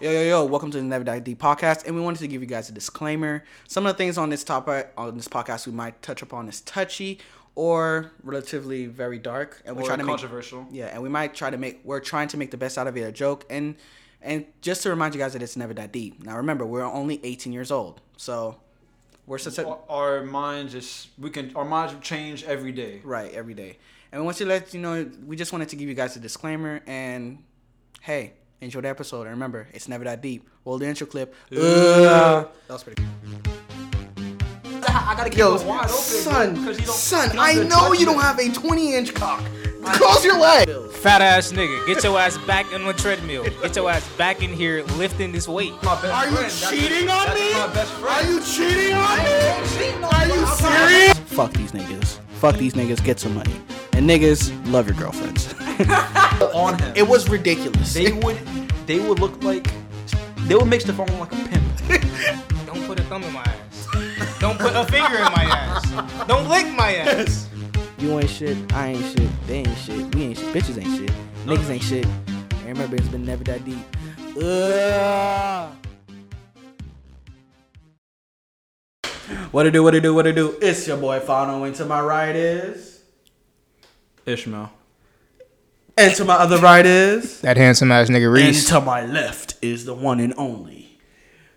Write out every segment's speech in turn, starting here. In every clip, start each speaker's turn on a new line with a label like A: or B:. A: Yo, yo, yo, welcome to the Never Die D podcast. And we wanted to give you guys a disclaimer. Some of the things on this topic, on this podcast, we might touch upon is touchy or relatively very dark. And we're
B: Or
A: trying to make,
B: controversial.
A: Yeah, and we might try to make, we're trying to make the best out of it a joke. And and just to remind you guys that it's Never Die Deep. Now, remember, we're only 18 years old. So we're susceptible.
B: Our- our minds just we can our minds change every day.
A: Right, every day. And we want to let you know, we just wanted to give you guys a disclaimer. And hey, enjoy the episode. And remember, it's never that deep. Well, the intro clip. Ugh. That was pretty.
B: I gotta keep
A: Yo,
B: it wide open, bro, 'cause
A: son,
B: you don't-
A: son,
B: you don't
A: I
B: have to
A: know
B: touch
A: you don't
B: it.
A: have a 20 inch cock. Close your leg.
C: Fat ass nigga, get your ass back on the treadmill. Get your ass back in here lifting this weight.
B: My best
A: Are you
B: friend. That's-
A: cheating on
B: that's
A: me?
B: My best
A: Are
B: friend.
A: you cheating on me? Are you serious? Fuck these niggas. Fuck these niggas. Get some money. And niggas, love your girlfriends.
B: on him?
A: it was ridiculous.
B: they would they would look like they would make Stefan look like a pimp.
C: Don't put a thumb in my ass. Don't put a finger in my ass. Don't lick my ass.
A: You ain't shit, I ain't shit, they ain't shit, we ain't shit, bitches ain't shit, niggas ain't shit. And remember, it's been never that deep. Ugh. What it do, what it do, what it do? It's your boy Fano, and to my right is.
B: Ishmael.
A: And to my other right is.
C: That handsome ass nigga
A: And to my left is the one and only.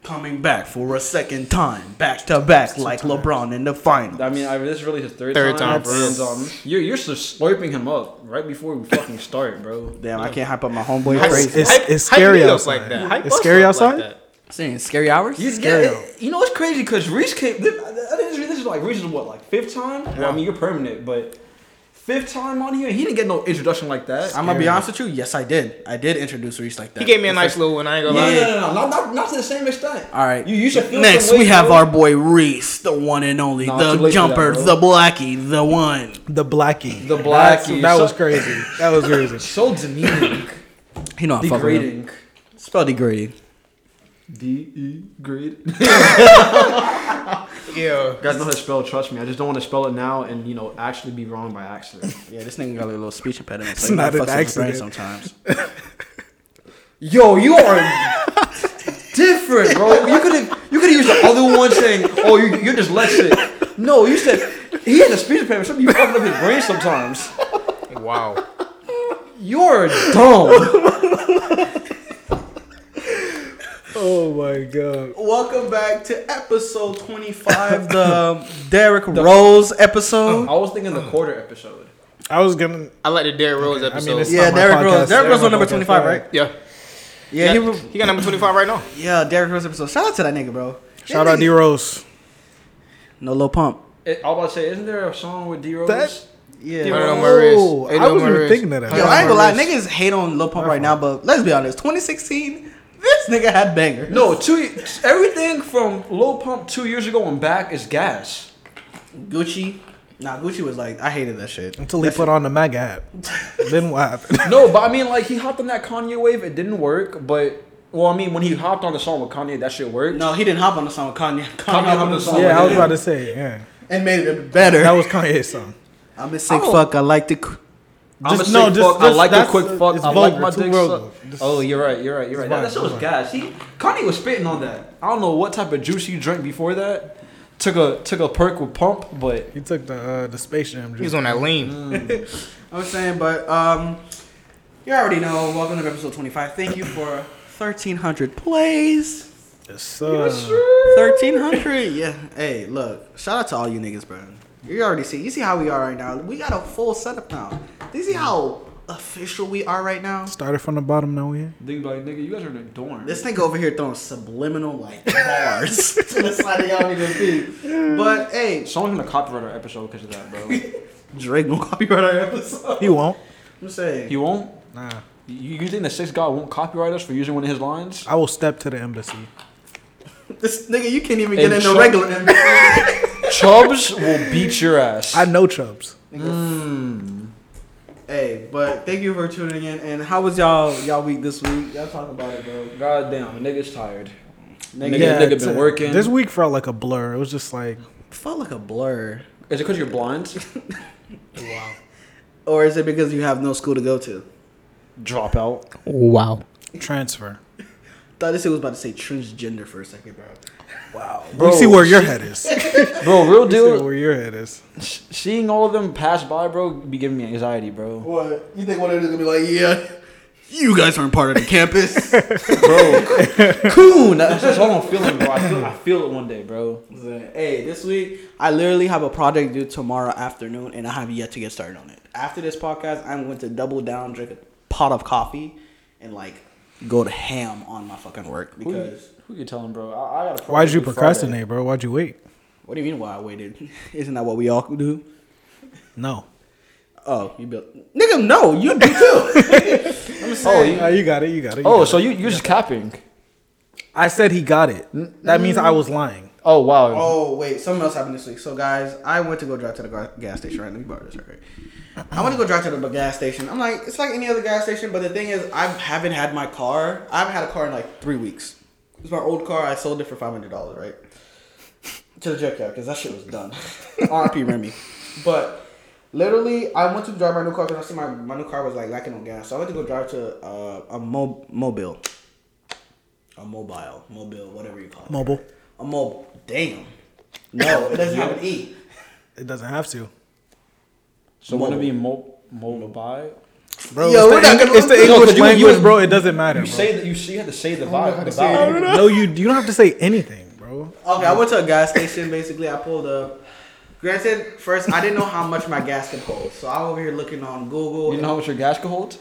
A: Coming back for a second time, back to back, like LeBron in the final.
B: I mean, I, this is really his third,
C: Third
B: time.
C: time, bro.
B: And, um, you're you're just slurping him up right before we fucking start, bro.
A: Damn, I can't hype up my homeboy
D: It's,
A: crazy.
D: it's, it's scary outside. It's scary outside.
A: Saying scary hours?
B: You,
D: Scary.
B: yeah, it- you know what's crazy? Because Reese came. This, this, this is like Reese is what like fifth time. Well, I mean, you're permanent, but fifth time on here, he didn't get no introduction like that.
A: I'm gonna be honest with you. Yes, I did. I did introduce Reese like that.
C: He gave me a nice little one. I ain't gonna
B: no, no,
C: lie.
B: no, no, not, not, not to the same extent.
A: All right.
B: You, you should feel
A: Next,
B: some
A: we
B: way,
A: have
B: bro.
A: our boy Reese, the one and only,
B: Nah, too
A: the
B: late for that,
A: jumper,
B: bro.
A: the blackie, the one.
D: The blackie.
B: The
D: That's-
B: blackie.
D: That
B: So-
D: was crazy. That was crazy.
B: so demeaning,
A: You know, I fuck with him.
B: degrading.
A: Spell degrading.
B: D E grade.
C: Yeah.
B: Guys know how to spell. Trust me. I just don't want to spell it now and you know actually be wrong by accident.
A: Yeah, this nigga got a little speech impediment.
D: It's not an accident.
A: sometimes.
B: Yo, you are different, bro. You could have you could have used the other one saying, "Oh, you, you're dyslexic." No, you said he had a speech impediment. Something you fucking up his brain sometimes.
C: Wow.
B: You're dumb.
D: Oh my god.
A: Welcome back to episode 25, the Oh, Derek Rose episode.
B: I was thinking the quarter episode.
D: I was gonna.
C: I like the Derrick Rose
D: I
C: episode.
D: mean, it's
A: Yeah,
D: not my
A: Derrick
D: podcast.
A: Rose. Derrick Rose
D: It's not
A: was
D: my
A: number 25,
D: podcast.
A: right?
C: yeah.
A: Yeah,
C: He,
A: he,
C: he got number 25 right now.
A: yeah, Derrick Rose episode. Shout out to that nigga, bro.
D: Shout out D Rose.
A: No low pump.
B: It, I was about to say, isn't there a song with D Rose?
D: That-
A: Yeah.
C: I don't know where it is.
D: Oh,
C: Ain't
D: I
C: no
D: wasn't
C: more
D: even
C: is.
D: thinking of that.
A: Yo, I ain't gonna lie,
C: Marvelous.
A: niggas hate on Lil Pump right now, but let's be honest, 2016, this nigga had banger.
B: No, two ye- everything from Low Pump two years ago and back is gas.
A: Gucci, nah, Gucci was like, I hated that shit.
D: Until he put on the MAGA app. then what happened?
B: No, but I mean, like he hopped on that Kanye wave. It didn't work, but well, I mean, when he hopped on the song with Kanye, that shit worked.
A: No, he didn't hop on the song with Kanye. Kanye
B: Kanye
A: hopped on the song
D: yeah, I was
A: with
D: about
A: him
D: to say. Yeah,
A: and made it better.
D: that was Kanye's song.
A: I'm a sick
B: Oh.
A: fuck. I like the. c-
B: I'm
D: Just-
B: a
D: no,
B: sick
D: just-
B: fuck. I
D: just-
B: like the
D: that's-
B: quick fuck.
D: it's
B: I
D: vulgar,
B: like my
D: too
B: dick
D: vulgar.
B: sucked.
D: This-
B: Oh, you're right. You're right. You're right. That, that
D: vulgar,
B: shit was gas.
D: it's
B: He Kanye was spitting on that. I don't know what type of juice he drank before that. Took a took a perk with pump, but
D: He took the uh, the Space Jam.
C: He
D: Juice.
C: was on that lean.
A: I was saying, but um, you already know. Welcome to episode 25. Thank you for 1,300 plays.
D: Yes, uh,
A: 1300 yeah hey look shout out to all you niggas bro you already see you see how we are right now we got a full setup now do you see how official we are right now
D: started from the bottom. Now we here.
B: nigga, like nigga, you guys are in a dorm.
A: this nigga over here throwing subliminal like bars to the side of y'all niggas feet but hey
B: Someone's gonna copyright our episode because of that, bro.
A: Drake gonna copyright our episode
D: He won't.
A: I'm saying
B: he won't.
D: Nah,
B: You, you think the sixth guy won't copyright us for using one of his lines?
D: I will step to the embassy.
A: this nigga you can't even get
B: And
A: in the
B: Chuck-
A: regular NBA.
B: Chubbs will beat your ass. Mm.
D: I know Chubbs.
A: hey but thank you for tuning in and how was y'all y'all week this week y'all talk about it bro
B: God damn, nigga's tired. Nigga,
D: Yeah,
B: nigga
D: t-
B: been working.
D: This week felt like a blur. It was just like
A: felt like a blur
B: Is it because you're blind?
A: or is it because you have no school to go to
B: Drop out.
C: Wow.
D: transfer.
A: thought this shit was about to say transgender for a second, bro.
B: Wow,
D: You see where your head is.
B: bro, real
D: You see
B: deal.
D: where your head is.
B: sh- Seeing all of them pass by, bro, be giving me anxiety, bro.
A: What? You think one of them is gonna be like, yeah, you guys aren't part of the campus?
B: Bro, coon. That's, that's all I'm feeling, bro. I feel, I feel it one day, bro.
A: hey, this week I literally have a project due tomorrow afternoon, and I have yet to get started on it. After this podcast, I'm going to double down, drink a pot of coffee, and like go to ham on my fucking work
B: Who you,
A: because.
B: who you telling, bro? I, I got.
D: Why'd you procrastinate, bro? Why'd you wait?
A: What do you mean? Why I waited? Isn't that what we all do?
D: No.
A: Oh, you built, nigga. No, you do too.
B: Oh,
D: Uh,
B: you,
D: you got it. You got it. you
B: oh,
D: got
B: so
D: it.
B: you you're just capping?
D: I said he got it. That means I was lying.
B: Oh wow.
A: Oh wait, something else happened this week. So guys, I went to go drive to the gar- gas station. Right, let me borrow this right here. I went to go drive to the gas station. I'm like, it's like any other gas station, but the thing is, I haven't had my car. I haven't had a car in like three weeks. It's my old car. I sold it for five hundred dollars, right? To the junkyard because that shit was done. R.P. Remy. But literally, I went to drive my new car because I see my, my new car was like lacking on gas. So I went to go drive to uh, a mo- mobile, a mobile, mobile, whatever you call it.
D: Mobile.
A: A mobile. Damn. No, it doesn't have an E.
D: It doesn't have to.
B: So want to be mo- mobile?
D: Bro,
A: Yo, we're
D: it's, the,
A: not
D: Eng-
A: gonna-
D: it's the
A: No, 'cause
D: English
B: you- you-
D: language, bro. It doesn't matter.
B: You
D: bro.
B: say that you, you have to say
D: Oh
B: the vibe. The
A: say
B: vibe.
D: no, you you don't have to say anything, bro.
A: Okay, I went to a gas station. Basically, I pulled up. Granted, first I didn't know how much my gas could hold, so I'm over here looking on Google.
B: You know how much your gas can hold?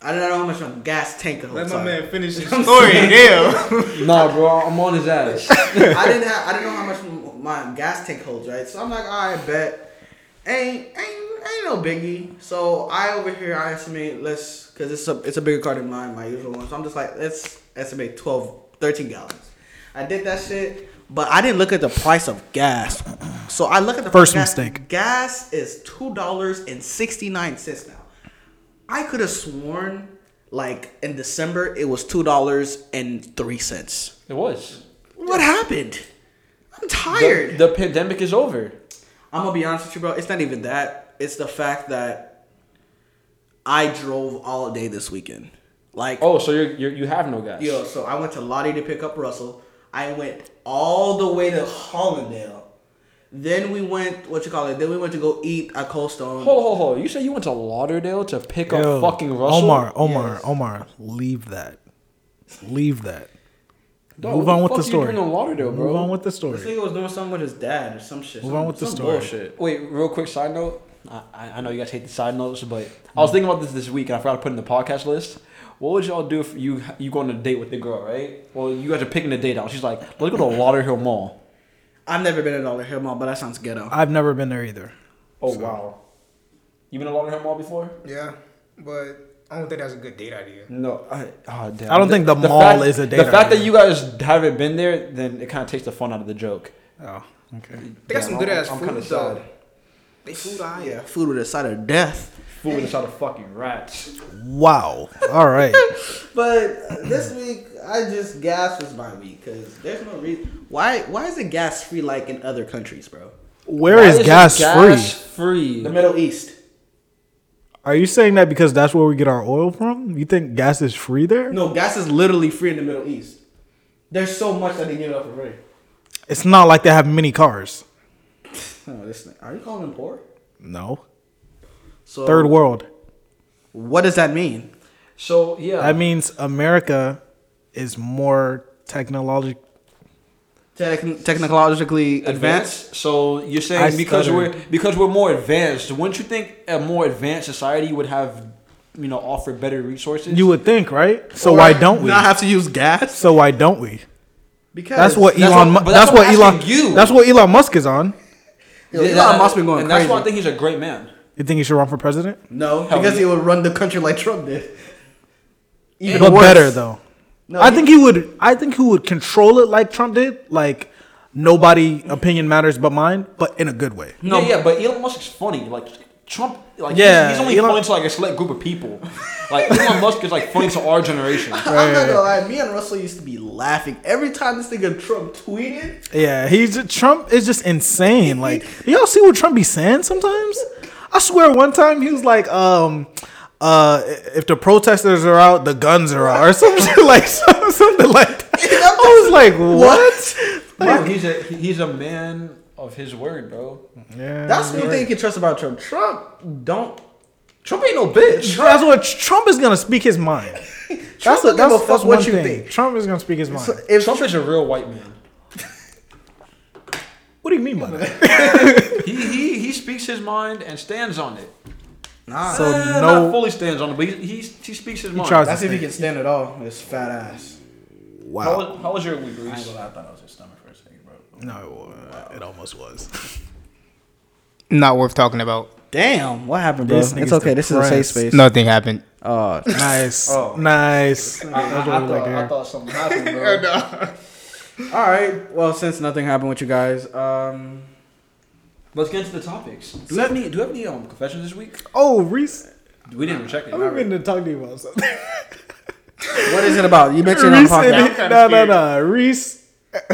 A: I didn't know how much my gas tank could hold.
C: Let my
A: sorry.
C: man finish his story. Damn.
B: Nah, bro, I'm on his ass.
A: I didn't have, I didn't know how much m- my gas tank holds, right? So I'm like, all right, bet. Ain't ain't ain't no biggie. So I over here, I estimate let's because it's a it's a bigger car than mine, my usual one. So I'm just like, let's estimate 12, 13 gallons. I did that shit, but I didn't look at the price of gas. So I look at the
D: First
A: price of gas.
D: mistake.
A: Gas is two dollars and sixty nine cents now. I could have sworn like in December it was two dollars and three cents.
B: It was.
A: What happened? I'm tired.
B: The, the pandemic is over.
A: I'm gonna be honest with you, bro. It's not even that. It's the fact that I drove all day this weekend. Like,
B: Oh, so you're, you're you have no gas.
A: yo, so I went to Lottie to pick up Russell. I went all the way to Hollandale. Then we went, what you call it? Then we went to go eat at Cold Stone.
B: Hold, hold, hold. You said you went to Lauderdale to pick
D: Yo,
B: up fucking Russell?
D: Omar, Omar,
A: Yes.
D: Omar, leave that. Leave that.
B: Dog,
D: Move
B: what
D: on with
B: fuck
D: the
B: are you
D: story.
B: doing in Lauderdale, bro?
D: Move on with the
A: This
D: story.
A: nigga was doing something with his dad or some shit.
D: Move
A: some-
D: on with the
A: some
D: story.
A: Bullshit.
B: Wait, real quick side note. I, I I know you guys hate the side notes, but I was thinking about this this week and I forgot to put in the podcast list. What would y'all do if you you go on a date with the girl, right? Well, you guys are picking a date out. She's like, let's go to Lauderhill Mall.
A: I've never been at Dollar Hill Mall, but that sounds ghetto.
D: I've never been there either.
B: Oh, wow. You been to Lauderhill Mall before?
C: Yeah, but I don't think that's a good date idea.
B: No, I, oh, damn.
D: I don't think the mall
B: fact-
D: is a date
B: The fact
D: idea.
B: that you guys haven't been there, then it kind of takes the fun out of the joke.
D: Oh, okay.
C: They got
B: Damn,
C: some
B: I'm-
C: good ass
B: I'm
C: food
B: kinda
C: though.
B: sad.
C: They food I
A: Yeah, food with a side of death.
B: Food inside of fucking rats.
D: Wow. All right.
A: But uh, this week, I just gas was my week because there's no reason. Why? Why is it gas free like in other countries, bro?
D: Where is gas, free?
B: free?
A: The Middle East.
D: Are you saying that because that's where we get our oil from? You think gas is free there?
A: No, gas is literally free in the Middle East. There's so much that they give up for free.
D: It's not like they have many cars.
A: Oh, this thing. Are you calling them poor?
D: No.
A: So
D: Third world.
A: What does that mean?
B: So yeah,
D: That means America is more technologic.
A: Techn technologically advanced.
B: So you're saying
D: I
B: because
D: stuttered.
B: we're because we're more advanced, wouldn't you think a more advanced society would have, you know, offer better resources?
D: You would think, right? So why don't we?
A: Not have to use gas.
D: So why don't we?
A: Because
D: That's what
B: That's
D: Elon.
B: what-
D: Mu-
B: but
D: that's
B: that's
D: what
B: what I'm
D: Elon.
B: asking you.
D: That's what Elon Musk is on.
A: Yo, Elon Musk been going
B: and
A: crazy.
B: that's why I think he's a great man.
D: You think he should run for president?
A: no,
B: Hell
A: because
B: yeah.
A: he would run the country like Trump did. Even
D: but
A: worse.
D: better though.
A: No,
D: I think he would. I think he would control it like Trump did. Like nobody opinion matters but mine, but in a good way.
A: No.
B: yeah, yeah, but Elon Musk is funny. Like Trump, like
D: Yeah,
B: he's, he's only
D: Elon-
B: funny to like a select group of people. Like Elon Musk is like funny to our generation.
A: I'm not gonna lie, me and Russell used to be laughing every time this nigga Trump tweeted.
D: Yeah, he's just- Trump is just insane. Like, do y'all see what Trump be saying sometimes? I swear, one time he was like, um, uh, if the protesters are out, the guns are out, or something like some- something like that. I was like, what?
B: Bro, he's a he's a man of his word, bro.
D: Yeah,
A: That's one thing you can trust about Trump. Trump don't.
B: Trump ain't no bitch.
D: That's what Trump is gonna speak his mind.
A: Trump don't
D: That's what,
A: give a
D: that's,
A: fuck
D: that's
A: what
D: one
A: you
D: thing.
A: think.
D: Trump is gonna speak his mind.
A: So if
B: Trump is a real white man.
D: what do you mean by that?
B: He he he speaks his mind and stands on it.
A: nah,
D: So
B: Eh, not
D: no,
B: fully stands on it, but he he, he speaks his mind.
D: tries-
A: that's if he can stand at all. His fat ass.
B: How
D: wow.
B: was, how was your week, Reese?
A: I thought I was his stomach for a second, bro.
D: No, uh, it almost was.
C: Not worth talking about.
A: Damn, what happened, bro?
D: This
A: It's
D: nigga's
A: okay. This is a safe
D: depressed.
A: space.
C: Nothing happened.
A: Oh,
D: Nice,
B: Oh.
D: nice.
B: I, I, I,
D: what we
B: thought,
D: like to
B: I
D: hear.
B: thought something happened, bro.
A: all right. Well, since nothing happened with you guys, um,
B: Let's get into the topics. Do we have any? Do we have any um, confessions this week?
D: Oh, Reese,
B: We didn't even check it.
D: I'm
B: All right.
D: going to talk to you about something.
A: what is it about? You mentioned it on the
D: Reese,
A: podcast.
D: and- no, no, no, Reese.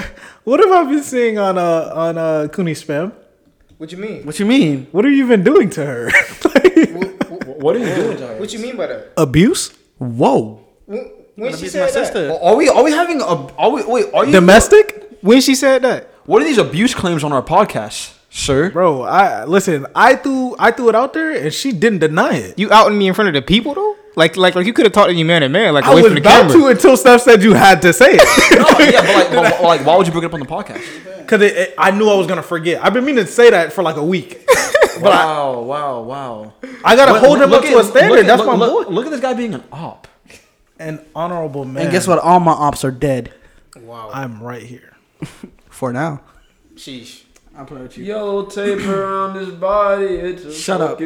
D: What have I been seeing on uh on uh Cooney spam?
E: What you mean?
A: What you mean?
D: What have you been doing to her? Like,
B: What are you doing, Tyler?
E: What you mean by that?
D: abuse,
A: Whoa.
E: When, when she
A: Abuse
E: said that?
B: Are we? Are we having a? Are we? Wait. Are you?
D: domestic,
C: When she said that,
B: what are these abuse claims on our podcast, sir?
D: bro. I listen. I threw I threw it out there, and she didn't deny it.
C: you outing me in front of the people though. Like, like, like you could have talked to you man to man, like
D: I
C: away
D: was
C: from the
D: about
C: camera.
D: to until Steph said you had to say it
B: no, yeah, but like, but, but, like, why would you bring it up on the podcast?
D: because it, it- I knew I was gonna forget. I've been meaning to say that for like a week.
B: wow, wow, wow.
D: I gotta hold him up to a standard.
B: Look,
D: That's
B: look,
D: my
B: look,
D: boy.
B: look at this guy being an op.
D: An honorable man.
A: And guess what? All my ops are dead
C: Wow.
D: I'm right here.
A: for now.
C: Sheesh.
A: I'm playing with you.
B: Yo, tape around his body. It's a
A: Shut up.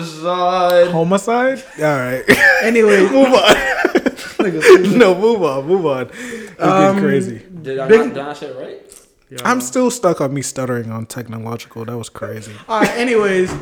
B: homicide.
D: Homicide. All right.
A: Anyway,
D: move on. no, move on. Move on. It's
A: Um,
D: getting crazy.
B: Did I, not, did I say it right?
D: I'm still stuck on me stuttering on technological. That was crazy.
A: All right. Anyways,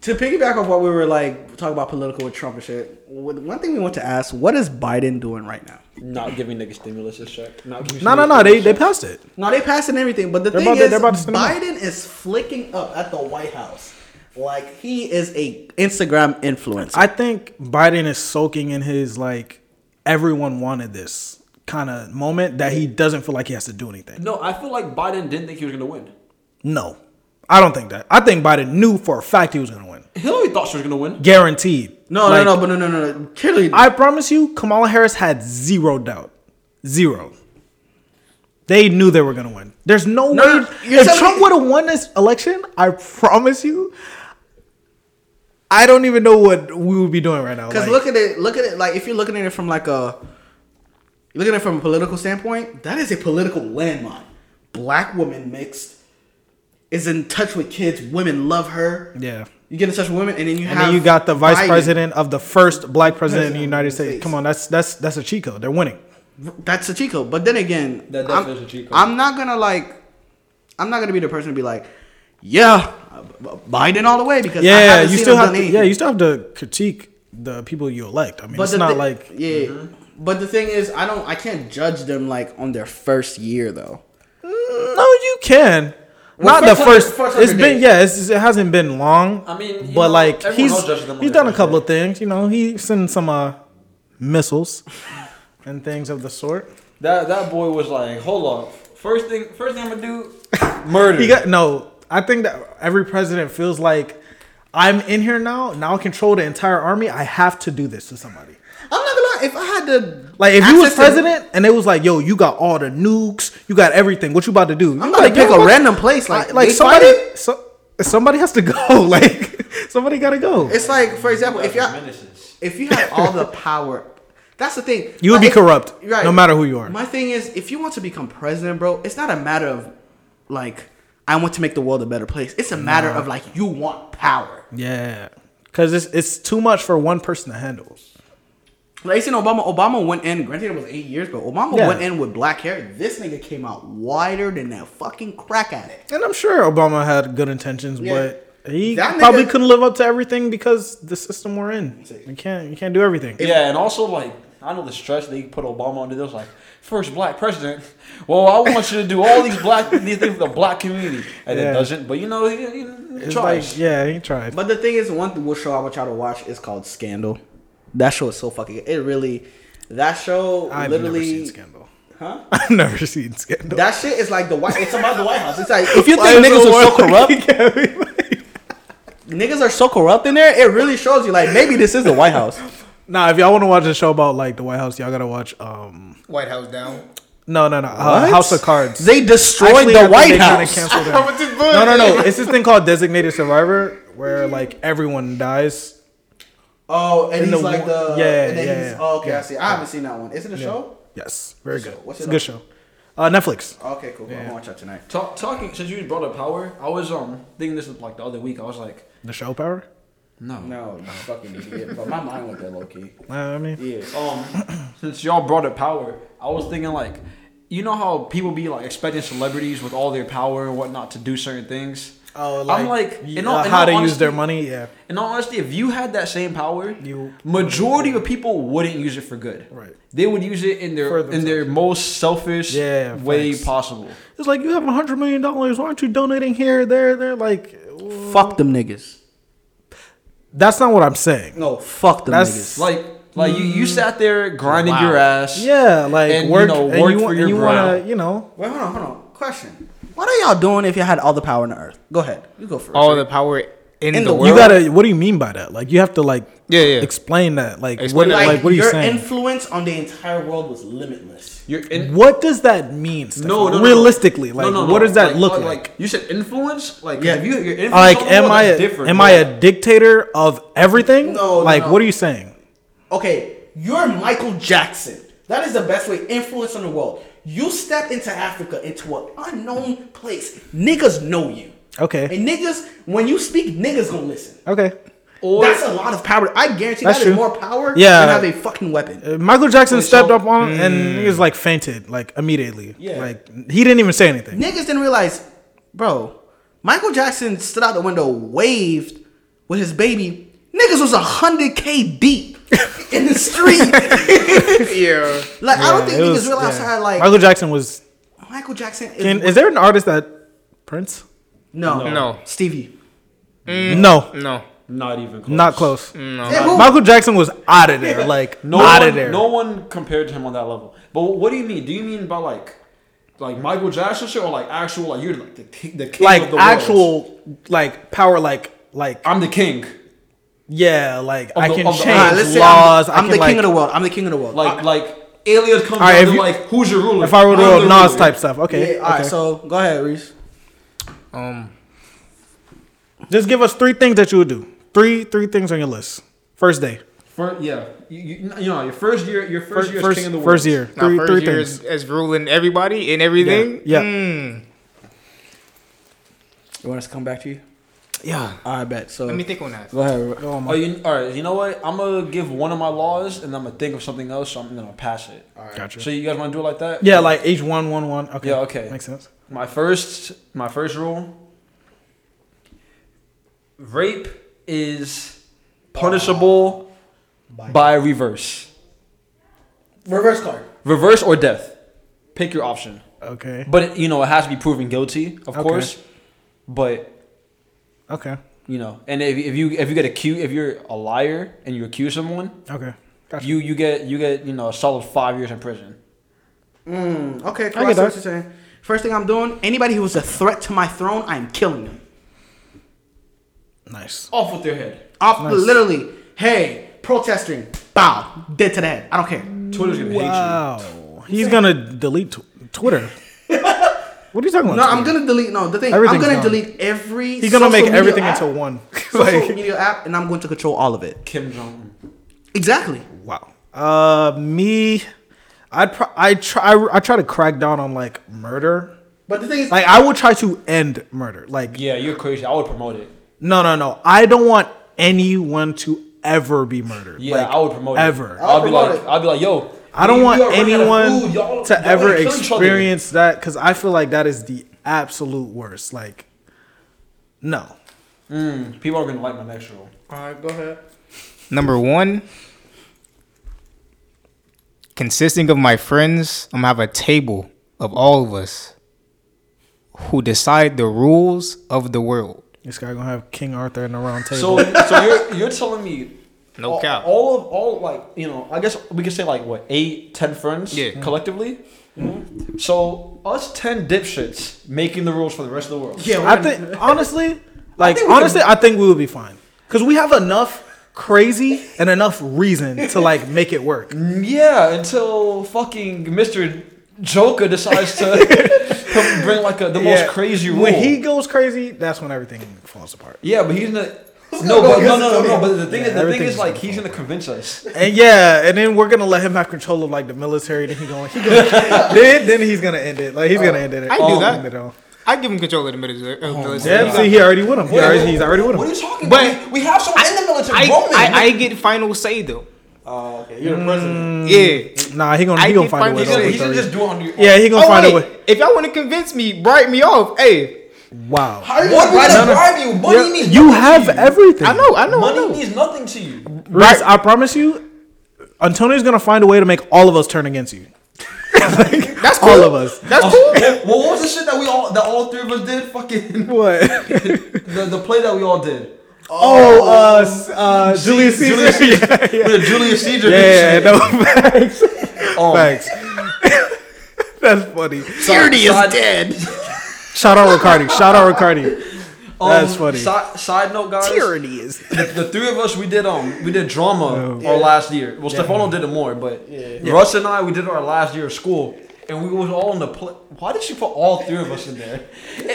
A: to piggyback off what we were like talking about political with Trump and shit, wh- one thing we want to ask: What is Biden doing right now?
B: Not giving nigga stimulus a check. Not giving
D: No, no, no. They they passed it.
A: Now they passing everything, but the
D: They're
A: thing
D: about to-
A: is,
D: they're about to send him out.
A: Biden is flicking up at the White House like he is a Instagram influencer.
D: I think Biden is soaking in his like everyone wanted this kind of moment that he doesn't feel like he has to do anything.
B: No, I feel like Biden didn't think he was gonna win.
D: No, I don't think that. I think Biden knew for a fact he was going to win,
B: Hillary thought she was gonna win.
D: guaranteed.
A: no,
D: Like,
A: no, no, but no, no, no, no. Clearly,
D: I promise you, Kamala Harris had zero doubt, zero. They knew they were going to win. There's no,
A: No, no,
D: way.
A: you're
D: If
A: telling
D: Trump
A: me-
D: would have won this election, I promise you, I don't even know what we would be doing right now.
A: because
D: Like,
A: look at it, look at it. Like if you're looking at it from like a, you're looking at it from a political standpoint, that is a political landmine. Black woman mixed is in touch with kids. Women love her.
D: yeah.
A: You get in touch with women, and then you
D: And
A: have
D: then you got the vice
A: Biden.
D: president of the first black president of the United States.
A: States.
D: Come on, that's that's that's a Chico. They're winning.
A: That's a Chico. But then again,
B: That
A: I'm,
B: definitely is a cheat code.
A: I'm not gonna like. I'm not gonna be the person to be like, yeah, Biden all the way because I
D: Yeah,
A: haven't
D: you
A: seen
D: still
A: him
D: have
A: done
D: to,
A: anything.
D: yeah, you still have to critique the people you elect. I mean, it's
A: the
D: not
A: thi-
D: like
A: yeah.
B: Mm-hmm.
A: But the thing is, I don't. I can't judge them like on their first year though.
D: no, you can.
A: Well,
D: not
A: first
D: the
A: hundred-
D: first.
A: first
D: it's
A: hundred
D: been
A: days.
D: yeah. It's, it hasn't been long.
B: I mean, you
D: but
B: know,
D: like
B: everyone
D: he's
B: else judges them on
D: he's
B: their
D: done a
B: first
D: couple
B: day.
D: of things. You know, he sent some uh missiles and things of the sort.
B: That that boy was like, hold up. First thing, first thing I'm gonna do, murder.
D: He got no. I think that every president feels like I'm in here now. Now I control the entire army. I have to do this to somebody.
A: I'm not gonna lie. If I had to,
D: Like if you was
A: access to-
D: president and they was like, "Yo, you got all the nukes, you got everything. What you about to do?"
A: I'm
D: You
A: about to
D: like,
A: pick
D: yo,
A: a
D: what-
A: random place. Like,
D: like
A: they
D: somebody,
A: fighting?
D: so, somebody has to go. Like somebody got to go.
A: It's like, for example, if y'all
B: menaces.
A: if you had all the power, that's the thing.
D: You would be
A: Like, if-
D: corrupt, no matter who you are.
A: My thing is, if you want to become president, bro, it's not a matter of like I want to make the world a better place. It's a matter of like you want power.
D: yeah, because it's it's too much for one person to handle.
A: Like you seen Obama. Obama went in. Granted, it was eight years, but Obama
D: Yeah.
A: went in with black hair. This nigga came out wider than that fucking crack at it.
D: And I'm sure Obama had good intentions,
A: Yeah.
D: but he
A: That nigga-
D: probably couldn't live up to everything because the system we're in. You can't you can't do everything.
B: Yeah, and also like I know the stress they put Obama under. Those like first black president. Well, I want you to do all these black these things for the black community, and
D: Yeah.
B: it doesn't. But you know, he, he, he
D: It's
B: tries.
D: like, yeah, he tried.
A: But the thing is, one th- show I want y'all to watch is called Scandal. That show is so fucking. It really. That show
D: I've
A: literally.
D: never seen Scandal.
A: Huh?
D: I've never seen Scandal.
A: That shit is like the white. It's about the White House. It's like if
B: you
A: you
B: think
A: think
B: niggas are so corrupt,
A: niggas are so corrupt in there, it really shows you like maybe this is the White House.
D: Nah, if y'all want to watch a show about like the White House, y'all gotta watch. Um,
E: White House down.
D: no, no, no, uh, House of Cards.
A: They destroyed
D: Actually, I
A: the
D: think
A: White
D: they kinda
A: House.
D: canceled that. No, no, no. It's this thing called Designated Survivor, where like everyone dies.
A: Oh, and
D: In
A: he's
D: the
A: like the
D: wa- yeah,
A: and then
D: yeah,
A: he's,
D: yeah.
A: Oh, okay, I
D: Yeah.
A: see. I haven't seen that one. Is it a show?
D: Yes, very good.
A: What's
D: it's
A: it
D: a
A: on?
D: good show. Uh, Netflix.
A: Okay, cool. cool. I'm gonna watch that tonight.
B: Talk, talking since you brought up power, I was um thinking this was like the other week. I was like,
D: The show Power.
B: no,
A: No, you fucking idiot. But my mind went there low key.
D: Uh, I mean,
A: Yeah.
B: Um, since y'all brought up power, I was thinking like, you know how people be like expecting celebrities with all their power and whatnot to do certain things.
A: Oh,
D: Oh,
B: I'm like,
D: yeah,
B: in all, in
D: how
B: all
D: to use
B: honesty-
D: their money. Yeah,
B: In all honesty, if you had that same power,
D: You-
B: majority of people wouldn't use it for good.
D: Right.
B: They would use it in
D: For
B: their in their most selfish
D: Yeah,
B: way
D: facts.
B: possible.
D: it's like you have a hundred million dollars. Why aren't you donating here, there, there? Like,
A: Fuck them niggas.
D: that's not what I'm saying.
A: No, fuck them
D: That's-
A: niggas.
B: Like like you, you sat there grinding your ass.
D: Mm. Yeah, like
B: And, you
D: work.
B: know,
D: and
B: work
D: you,
B: for
D: and
B: your
D: you
B: brow.
D: wanna, you know,
A: Wait, hold on, hold on. Question. What are y'all doing if you had all the power on the earth? Go ahead. You go first.
C: All the power in,
A: In
C: the,
A: the
C: world.
D: you gotta. What do you mean by that? Like, you have to like
C: Yeah, yeah.
D: explain that. Like,
C: Explain
D: what,
C: it.
D: like, what are you
A: your
D: saying?
A: influence on the entire world was limitless.
B: You're in,
D: what does that mean? Stefan?
B: No, no, no.
D: realistically,
B: No,
D: like,
B: no, no.
D: what does that look like?
B: You said influence. Like, yeah, you, your influence
D: like,
B: on the
D: am
B: world,
D: I
B: that's
D: a,
B: different,
D: am
B: bro.
D: I a dictator of everything?
A: No, no,
D: like,
A: no.
D: what are you saying?
A: Okay, you're Michael Jackson. That is the best way influence on the world. You step into Africa into an unknown place. Niggas know you.
D: Okay.
A: And niggas, when you speak, niggas gonna listen.
D: Okay,
A: That's a lot of power. I guarantee that
D: That's
A: is
D: true.
A: more power
D: Yeah.
A: than have a fucking weapon.
D: Uh, Michael Jackson
B: Wait,
D: stepped
B: so-
D: up on him and he was like fainted, like immediately.
A: Yeah.
D: like he didn't even say anything.
A: Niggas didn't realize, bro, Michael Jackson stood out the window, waved with his baby. Niggas was 100K deep in the street.
E: Yeah.
A: like, I don't think
D: it
A: niggas
D: was-
A: realized
D: yeah.
A: how, like,
D: Michael Jackson was.
A: Michael Jackson is.
D: Can, is there an artist that Prince?
A: no.
C: No.
A: Stevie.
D: No,
C: No.
B: Not even close.
D: not close.
A: Yeah, who-
D: Michael Jackson was out of there, like
B: No
D: out
B: one,
D: of there.
B: No one compared to him on that level. But what do you mean? Do you mean by like, like Michael Jackson shit, or like actual like you're like the king, the king
D: like
B: of the world.
D: actual, like power, like like
B: I'm the king.
D: yeah, like I
B: the-
D: can
B: of the- Alright,
D: change
A: Alright, let's say
D: laws.
A: I'm, I'm
D: I can,
A: the king
D: like-
A: of the world. I'm the king of the world. Uh,
B: Like like aliens come
D: Alright,
B: down
D: if
B: to
D: you-
B: like who's your ruler?
D: If I were
B: I'm
D: to
B: the
D: Nas
B: ruler.
D: type stuff,
A: yeah,
D: okay.
A: all right,
D: okay.
A: so go ahead, Reese.
C: Um.
D: Just give us three things that you would do. Three three things on your list. First day.
B: Fir- yeah, you, you, you know your first year, your first,
D: First
B: year as
D: first,
B: king of the world.
D: first year.
C: Now,
D: Three
C: first
D: three
C: year
D: things.
C: is, is ruling everybody and everything. Hmm.
D: Yeah.
A: You want us to come back to you?
C: Yeah.
A: All right, bet. So
C: Let me think on that.
A: go ahead.
D: Go on,
B: Oh,
D: Mike.
B: you, all right. You know what? I'm gonna give one of my laws, and I'm gonna think of something else. So I'm gonna pass it.
D: Gotcha.
B: So you guys want to do it like that?
D: yeah, like each one, one, one. Okay.
B: Yeah, okay.
D: Makes sense.
B: My first, my first rule. Rape is punishable by reverse,
A: Reverse card.
B: reverse or death. Pick your option.
D: Okay.
B: But it, you know it has to be proven guilty, of
D: Okay.
B: course. But
D: Okay.
B: you know, and if, if you if you get accused, if you're a liar and you accuse someone,
D: Okay. Gotcha.
B: you you get you get you know a solid five years in prison.
A: Mm, okay, cool. I,
D: I get
A: see
D: that.
A: what you're saying. First thing I'm doing, anybody who is a threat to my throne, I'm killing them.
D: nice.
B: Off with their head.
A: Off
D: Nice.
A: literally, hey, protesting, bow, dead to the head. I don't care.
B: Twitter's gonna hate
D: Wow. He's gonna delete tw- Twitter. what are you talking about?
A: No, I'm
D: Twitter?
A: gonna delete. No, the thing, I'm
D: Everything's
A: gonna
D: gone.
A: delete every.
D: He's gonna
A: social
D: make
A: media
D: everything
A: app-
D: into one.
A: social
D: like
A: media app, and I'm going to control all of it.
B: you. Kim Jong. Un.
A: Exactly.
D: wow. Uh, me. I'd pro- I try I try to crack down on like murder.
A: But the thing is,
D: Like I will try to end murder. Like
B: Yeah, you're crazy. I would promote it.
D: No, no, no. I don't want anyone to ever be murdered.
B: Yeah, I would promote
D: ever.
B: it. I'll be
A: promote
B: like,
A: it.
B: I'll be like, yo.
D: I don't
B: we- we
D: want
B: are running out of
D: anyone
B: food. Y'all- y'all
D: to ever
B: gonna kill each other.
D: experience that because I feel like that is the absolute worst. Like, no.
B: Mm, people are gonna like my next rule.
E: All right, go ahead.
C: Number one. consisting of my friends, I'm gonna have a table of all of us who decide the rules of the world.
D: This guy gonna have King Arthur in the round table.
B: So, so you're you're telling me
C: No
D: Oh,
B: all,
C: cap.
B: all of all like you know I guess we could say like what eight ten friends
C: Yeah.
B: collectively. Mm-hmm. So us ten dipshits making the rules for the rest of the world.
A: Yeah, we're
D: I
A: gonna-
D: think honestly, like
B: think we
D: honestly, I think we would be fine because we have enough crazy and enough reason to like make it work.
B: Yeah, until fucking Mr. Joker decides to come bring like a, the most crazy rule.
D: When he goes crazy, that's when everything falls apart.
B: yeah, but he's gonna. No, but no, no, no, no. But the thing
D: Yeah,
B: is, the thing
D: everything's
B: is, like,
D: gonna
B: he's gonna convince us.
D: And yeah, and then we're gonna let him have control of like the military. Then he going, he going then then he's gonna end it. Like he's gonna end it.
C: I do
D: Oh,
C: that.
D: end it all.
C: I give him control of the military.
D: Oh,
C: of the military.
D: Yeah, see, he already with him. He already, he's already with
B: What are
D: him.
B: you talking?
C: But-
B: about? we, we have someone in the military.
C: I,
B: Roman.
C: I, I get final say though.
B: oh, okay. You're the president.
D: Mm.
C: Yeah.
D: Nah, he gonna
C: I
D: he gonna
C: can
D: find
C: find
D: a way.
B: He's
C: this-
D: to
B: gonna,
D: overthrow
B: he's gonna
D: you.
B: just do it on you.
D: Yeah, he gonna
C: Oh,
D: find a
C: wait.
D: way.
C: If y'all want to convince me, write me off. Hey,
D: Wow.
B: How are you what? We
D: No,
B: gonna
D: no.
B: bribe you? Money
D: Yeah,
B: means
D: you
B: nothing
D: have
B: to you.
D: everything.
C: I know, I know, I
B: Money
C: know.
B: means nothing to you.
D: Reese, I promise you, Antonio's gonna find a way to make all of us turn against you. Like,
C: That's
D: all
C: cool.
D: of us.
C: That's
B: Oh,
C: cool.
B: well, what was the shit that we all, that all three of us did? Fucking
D: What?
B: the, the play that we all did.
D: Oh, uh, s- uh, Julius Caesar.
B: Julius Caesar. With the Julius Caesar.
D: Yeah, yeah, yeah,
B: shit.
D: no facts.
B: Oh.
D: Facts. That's funny.
C: Security is dead.
D: Shout out Ricardi. Shout out Ricardi.
B: Um,
D: That's funny.
B: Side, side note, guys.
C: Tyranny is.
B: The, the three of us, we did um, we did drama
D: Oh.
B: our last year. Well, Stefano did it more, but Russ and I, we did our last year of school, and we was all in the play. Why did she put all three of us in there?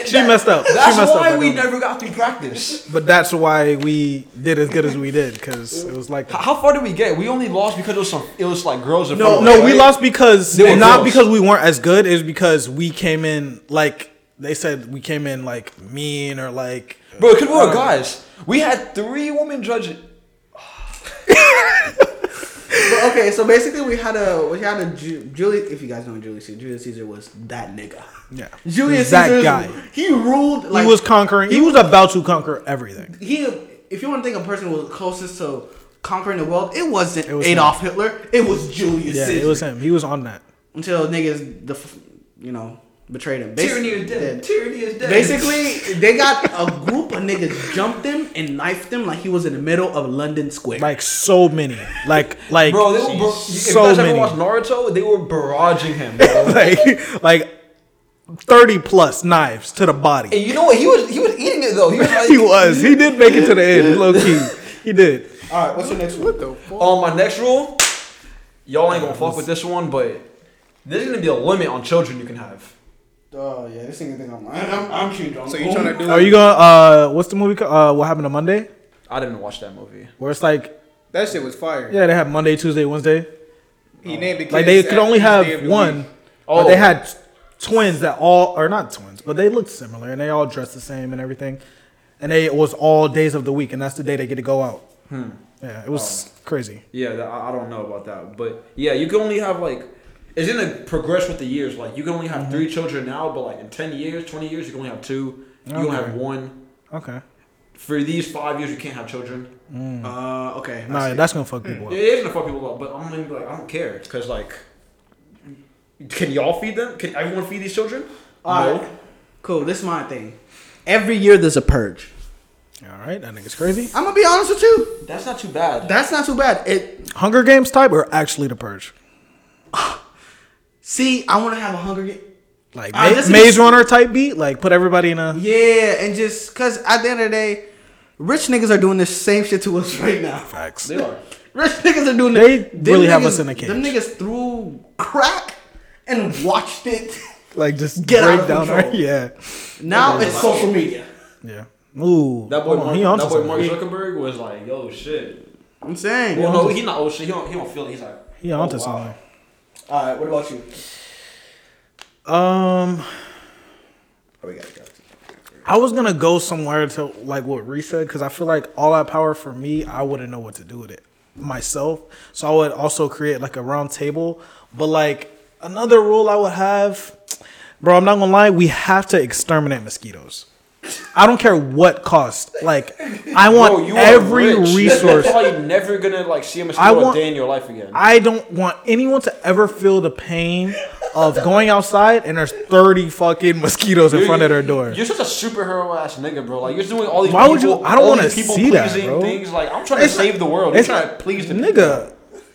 D: She messed up. She
B: That's
D: messed up
B: why
D: by
B: we
D: doing that.
B: never got through practice.
D: But that's why we did as good as we did because it was like that.
B: How far did we get? We only lost because it was some. It was like girls. in front
D: No,
B: of
D: no,
B: us,
D: we
B: right?
D: lost because
B: They were
D: not
B: close.
D: because we weren't as good. It was because we came in like they said we came in like mean or like
B: Bro, because we
D: Uh,
B: were guys. We had three women judges.
A: But okay, so basically we had a we had a Ju- Julius. If you guys know Julius Caesar, Julius Caesar was that nigga.
D: yeah.
A: Julius
D: that
A: Caesar,
D: guy.
A: he ruled. Like,
D: he was conquering. He was about to conquer everything.
A: He, if you want to think a person who was closest to conquering the world, it wasn't
D: was
A: Adolf Hitler. It was Julius
D: Yeah,
A: Caesar.
D: it was him. He was on that.
A: until niggas, the, f- you know, betrayed him. Basi-
B: Tyranny is dead. Tyranny is dead.
A: Basically, they got a group of niggas jumped him and knifed him like he was in the middle of London Square.
D: Like so many. Like like
B: bro, they were, bro if
D: so
B: you guys
D: many.
B: ever watched Naruto, they were barraging him. Bro.
D: like like thirty plus knives to the body.
B: and you know what? He was he was eating it though. He was like,
D: He was. He did make it to the end, low key. He did.
A: all right, what's your next one?
B: On "Oh, my next rule, y'all ain't gonna fuck with this one, but there's gonna be a limit on children you can have.
A: Oh yeah, this thing is I'm I'm, I'm shooting drunk.
E: So you trying to do?
D: Are you gonna uh what's the movie called? Uh what happened to Monday?
B: I didn't watch that movie.
D: Where it's like
E: that shit was fire.
D: yeah, they have Monday, Tuesday, Wednesday.
E: He named the kids
D: Like they could
E: after
D: only
E: each day of
D: have
E: the
D: one.
E: week.
D: But
B: Oh.
D: they had twins that all or not twins, but they looked similar and they all dressed the same and everything. And they it was all days of the week, and that's the day they get to go out. Yeah, it was crazy.
B: Yeah, that, I I don't know about that, but yeah, you can only have like it's gonna progress with the years. Like you can only have
D: Mm-hmm.
B: three children now, but like in ten years, twenty years, you can only have two. You can only have
D: Okay.
B: one.
D: Okay.
B: For these five years, you can't have children.
A: Uh, okay. I
D: Nah,
A: see.
D: that's gonna fuck people up.
B: It is gonna fuck people up, but I'm gonna be like, I don't care, cause like, can y'all feed them? Can everyone feed these children?
A: All right. Cool. This is my thing. Every year there's a purge.
D: All right, that nigga's crazy.
A: I'm gonna be honest with you.
B: That's not too bad.
A: That's not too bad. It.
D: Hunger Games type or actually the purge?
A: See, I want to have a hunger game.
D: Like
A: Uh,
D: Ma-
A: this is-
D: Maze Runner type beat? Like put everybody in a
A: Yeah, and just cause at the end of the day, rich niggas are doing the same shit to us right now.
D: facts.
B: They are.
A: Rich niggas are doing.
D: They
A: them
D: really have
A: niggas-
D: us in a cage.
A: Them niggas threw crack and watched it.
D: Like just
A: Get out
D: break
A: of
D: down our
A: control.
D: yeah.
A: Now it's social media.
D: Yeah. Ooh.
B: That boy,
D: hold
B: Mark,
D: on, he onto
B: that boy
D: something.
B: Mark Zuckerberg was like, yo, shit.
A: I'm saying.
B: Well, no, he not oh shit. He don't, he don't feel it. He's like,
D: He
B: oh,
D: onto
B: wow.
D: something.
A: All right. What about you?
D: Um
A: Oh, we got to go.
D: I was gonna go somewhere to like what Reese said because I feel like all that power for me, I wouldn't know what to do with it myself. So I would also create like a round table. But like another rule I would have, bro, I'm not gonna lie, we have to exterminate mosquitoes. I don't care what cost. Like I want
B: Bro, you are
D: every
B: rich.
D: resource.
B: That's why you're never gonna like see him a
D: I
B: single
D: want-
B: day in your life again.
D: I don't want anyone to ever feel the pain of going outside and there's 30 fucking mosquitoes in
B: You're-
D: front of their door.
B: You're such a superhero ass nigga, bro. Like you're doing all these.
D: Why would
B: people,
D: you- I don't
B: all
D: wanna
B: these people
D: see that,
B: pleasing
D: bro.
B: Things like I'm trying to save the world. You're
D: it's
B: trying
D: not-
B: to please the people.
D: Nigga,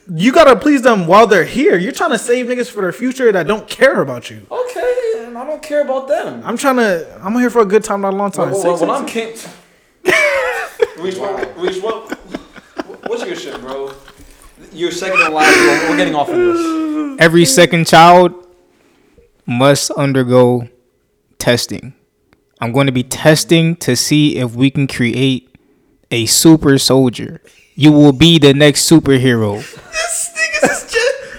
D: you gotta please them while they're here. You're trying to save niggas for their future that don't care about you.
B: Okay, and I don't care about them.
D: I'm trying to, I'm here for a good time, not a long time.
B: Well,
D: Six,
B: well, when
D: six,
B: I'm kicked. Reese, what, Reese, what, what's your shit, bro? You're second in line. We're, we're getting off of this.
C: Every second child must undergo testing. I'm going to be testing to see if we can create a super soldier. You will be the next superhero.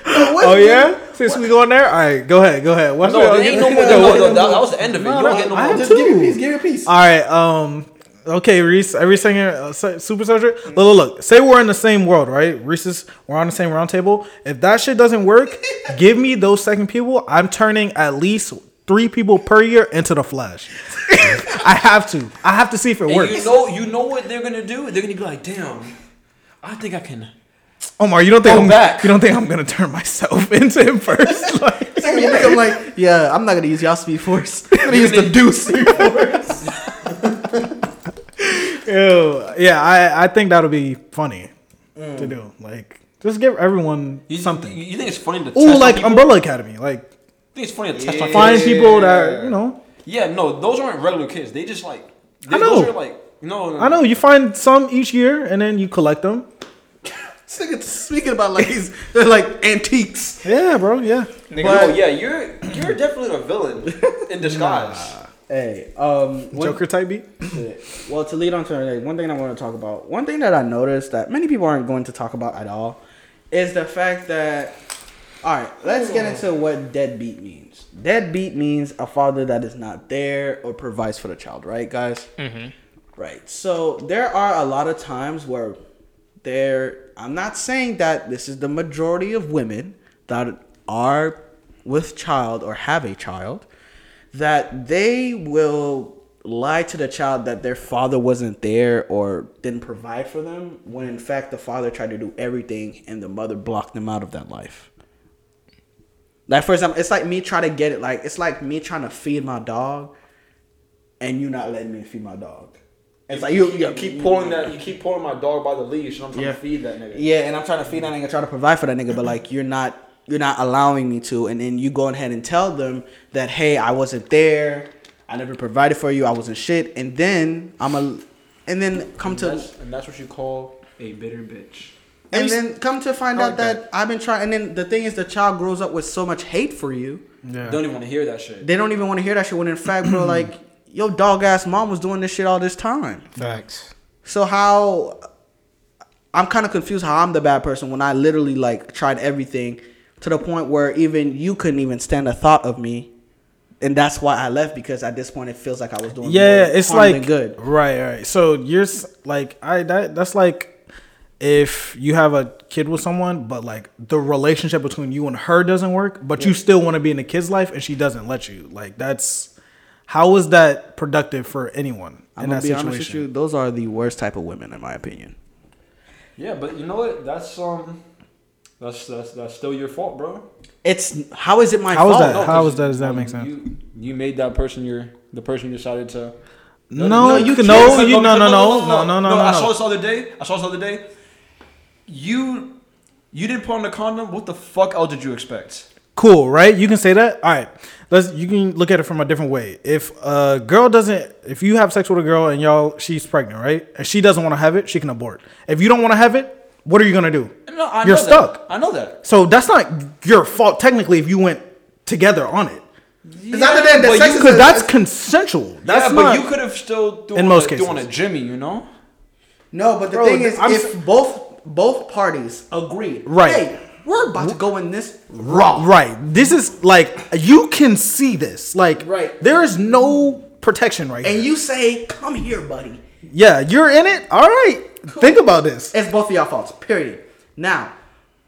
D: Oh yeah? Since we going there, all right, go ahead, go ahead. What's
B: No, there ain't no more. No, no, that, that was the end of it. you don't get no
D: I
B: more.
D: have
A: Just give me a piece.
D: two.
A: Give me a piece.
D: All right, um, okay, Reese. Every singer, uh, se- super soldier. Look, look, look. Say we're in the same world, right? Reese's, we're on the same round table. If that shit doesn't work, give me those second people. I'm turning at least three people per year into the Flash. I have to. I have to see if it
B: And
D: works.
B: you know, you know what they're gonna do. They're gonna be like, "Damn, I think I can."
D: Omar, you don't think
B: Go
D: I'm
B: back.
D: You don't think I'm gonna turn myself into him first? Like,
A: Second, you become like, yeah, I'm not gonna use y'all speed force. I'm gonna use the deuce speed force.
D: ew. Yeah, I, I think that'll be funny to do. Like, just give everyone
B: Mm. You,
D: something.
B: You, you think it's funny to?
D: Ooh,
B: test
D: like
B: on people?
D: Umbrella Academy. Like,
B: You think it's funny to test on
D: find
B: kids?
D: people that you know.
B: Yeah, no, those aren't regular kids. They just like. They,
D: I know.
B: Those are like no, no.
D: I know you find some each year, and then you collect them.
A: This nigga Speaking about like these, they're like antiques.
D: Yeah, bro. Yeah.
B: Nigga,
A: But-
B: no, yeah, you're you're definitely a villain in disguise.
A: Hey, um, one-
D: Joker type beat.
A: Well, to lead on to like, one thing I want to talk about, one thing that I noticed that many people aren't going to talk about at all is the fact that, all right, let's get into what deadbeat means. Deadbeat means a father that is not there or provides for the child, right, guys? Mm-hmm. Right. So there are a lot of times where there, I'm not saying that this is the majority of women that are with child or have a child that they will lie to the child that their father wasn't there or didn't provide for them when in fact the father tried to do everything and the mother blocked them out of that life. Like for example, it's like me trying to get it like it's like me trying to feed my dog and you not letting me feed my dog. It's like you, you
B: keep pulling that. You keep pulling my dog by the leash, and I'm trying
A: Yeah.
B: to feed that nigga.
A: Yeah, and I'm trying to feed that nigga, trying to provide for that nigga, but like you're not you're not allowing me to, and then you go ahead and tell them that hey, I wasn't there, I never provided for you, I wasn't shit, and then I'm a, and then come
B: And
A: to
B: that's, and that's what you call a bitter bitch.
A: and then come to find out that, I've been trying, and then the thing is the child grows up with so much hate for you,
D: Yeah.
B: They don't even want to hear that shit.
A: they don't even want to hear that shit. When in fact, bro, like your dog ass mom was doing this shit all this time.
C: Facts.
A: So how I'm kind of confused how I'm the bad person when I literally like tried everything to the point where even you couldn't even stand a thought of me. And that's why I left because at this point it feels like I was doing
D: Yeah,
A: more
D: it's
A: harm than
D: like
A: good.
D: Right, right. So you're s- like I that, that's like if you have a kid with someone, but like the relationship between you and her doesn't work, but you still want to be in the kid's life, and she doesn't let you. Like that's how is that productive for anyone
A: I'm
D: in
A: gonna
D: that
A: be honest with you,
D: situation?
A: those are the worst type of women in my opinion.
B: Yeah, but you know what? That's um, that's that's that's still your fault, bro.
A: It's how is it my
D: How is
A: fault?
D: that?
B: No,
D: How
B: 'cause
D: is that- does that
B: you-
D: make sense?
B: You you made that person your the person you decided to.
D: No, you can no, you no no no no no no
B: I saw
D: no.
B: this the other day. I saw this the other day. You you didn't put on the condom. What the fuck else did you expect?
D: cool right you can say that all right let's you can look at it from a different way if a girl doesn't if you have sex with a girl and y'all she's pregnant right and she doesn't want to have it she can abort if you don't want to have it what are you gonna do
B: No, I
D: you're
B: know that.
D: stuck
B: I know that.
D: so that's not your fault technically if you went together on it
A: It's not that the
B: But
A: sex
B: you
A: is
D: because
A: a-
D: that's consensual that's
B: yeah,
D: not
B: but you could have still doing
D: In most
B: a, doing
D: cases.
B: a Jimmy, you know.
A: No, but the
D: Bro,
A: thing is,
D: I'm
A: if both both parties agreed,
D: Right.
A: Hey, we're about to go in this raw.
D: right this is like you can see this like
A: Right.
D: there is no protection right
A: And
D: here.
A: you say, "Come here, buddy."
D: yeah you're in it all right think about this
A: It's both of y'all faults. Period. Now,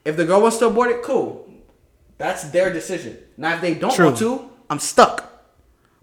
A: if the girl wants to abort it, cool. That's their decision. Now, if they don't
D: True.
A: want to, I'm stuck.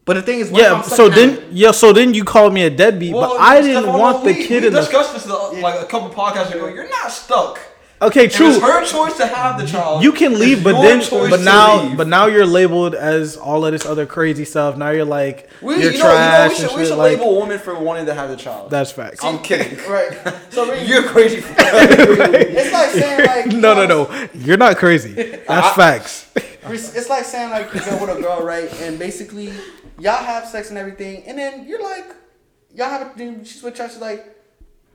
A: But the thing is, what if
D: Yeah,
A: I'm
D: so
A: sucking
D: then yeah, so then you called me a deadbeat, but I didn't want the kid
B: we
D: in the
B: discussed this uh, like a couple podcasts ago. You're not stuck.
D: Okay,
B: True. It was
D: true.
B: her choice to have the child.
D: You can
B: It's
D: leave, but
B: your
D: then,
B: choice
D: but
B: to
D: now,
B: leave.
D: but now you're labeled as all of this other crazy stuff. Now you're like
B: we,
D: you're
B: you know,
D: trash
B: you know, we should,
D: and
B: we
D: shit.
B: should
D: Like
B: label a woman for wanting to have the child.
D: that's facts.
B: I'm kidding.
A: Right. So really,
B: You're crazy. For
A: it's like saying like
D: no, no, no. You're not crazy. That's facts.
A: It's like saying like you go with a girl, right? And basically, y'all have sex and everything, and then you're like, y'all have a dude. She's with y'all. She's like,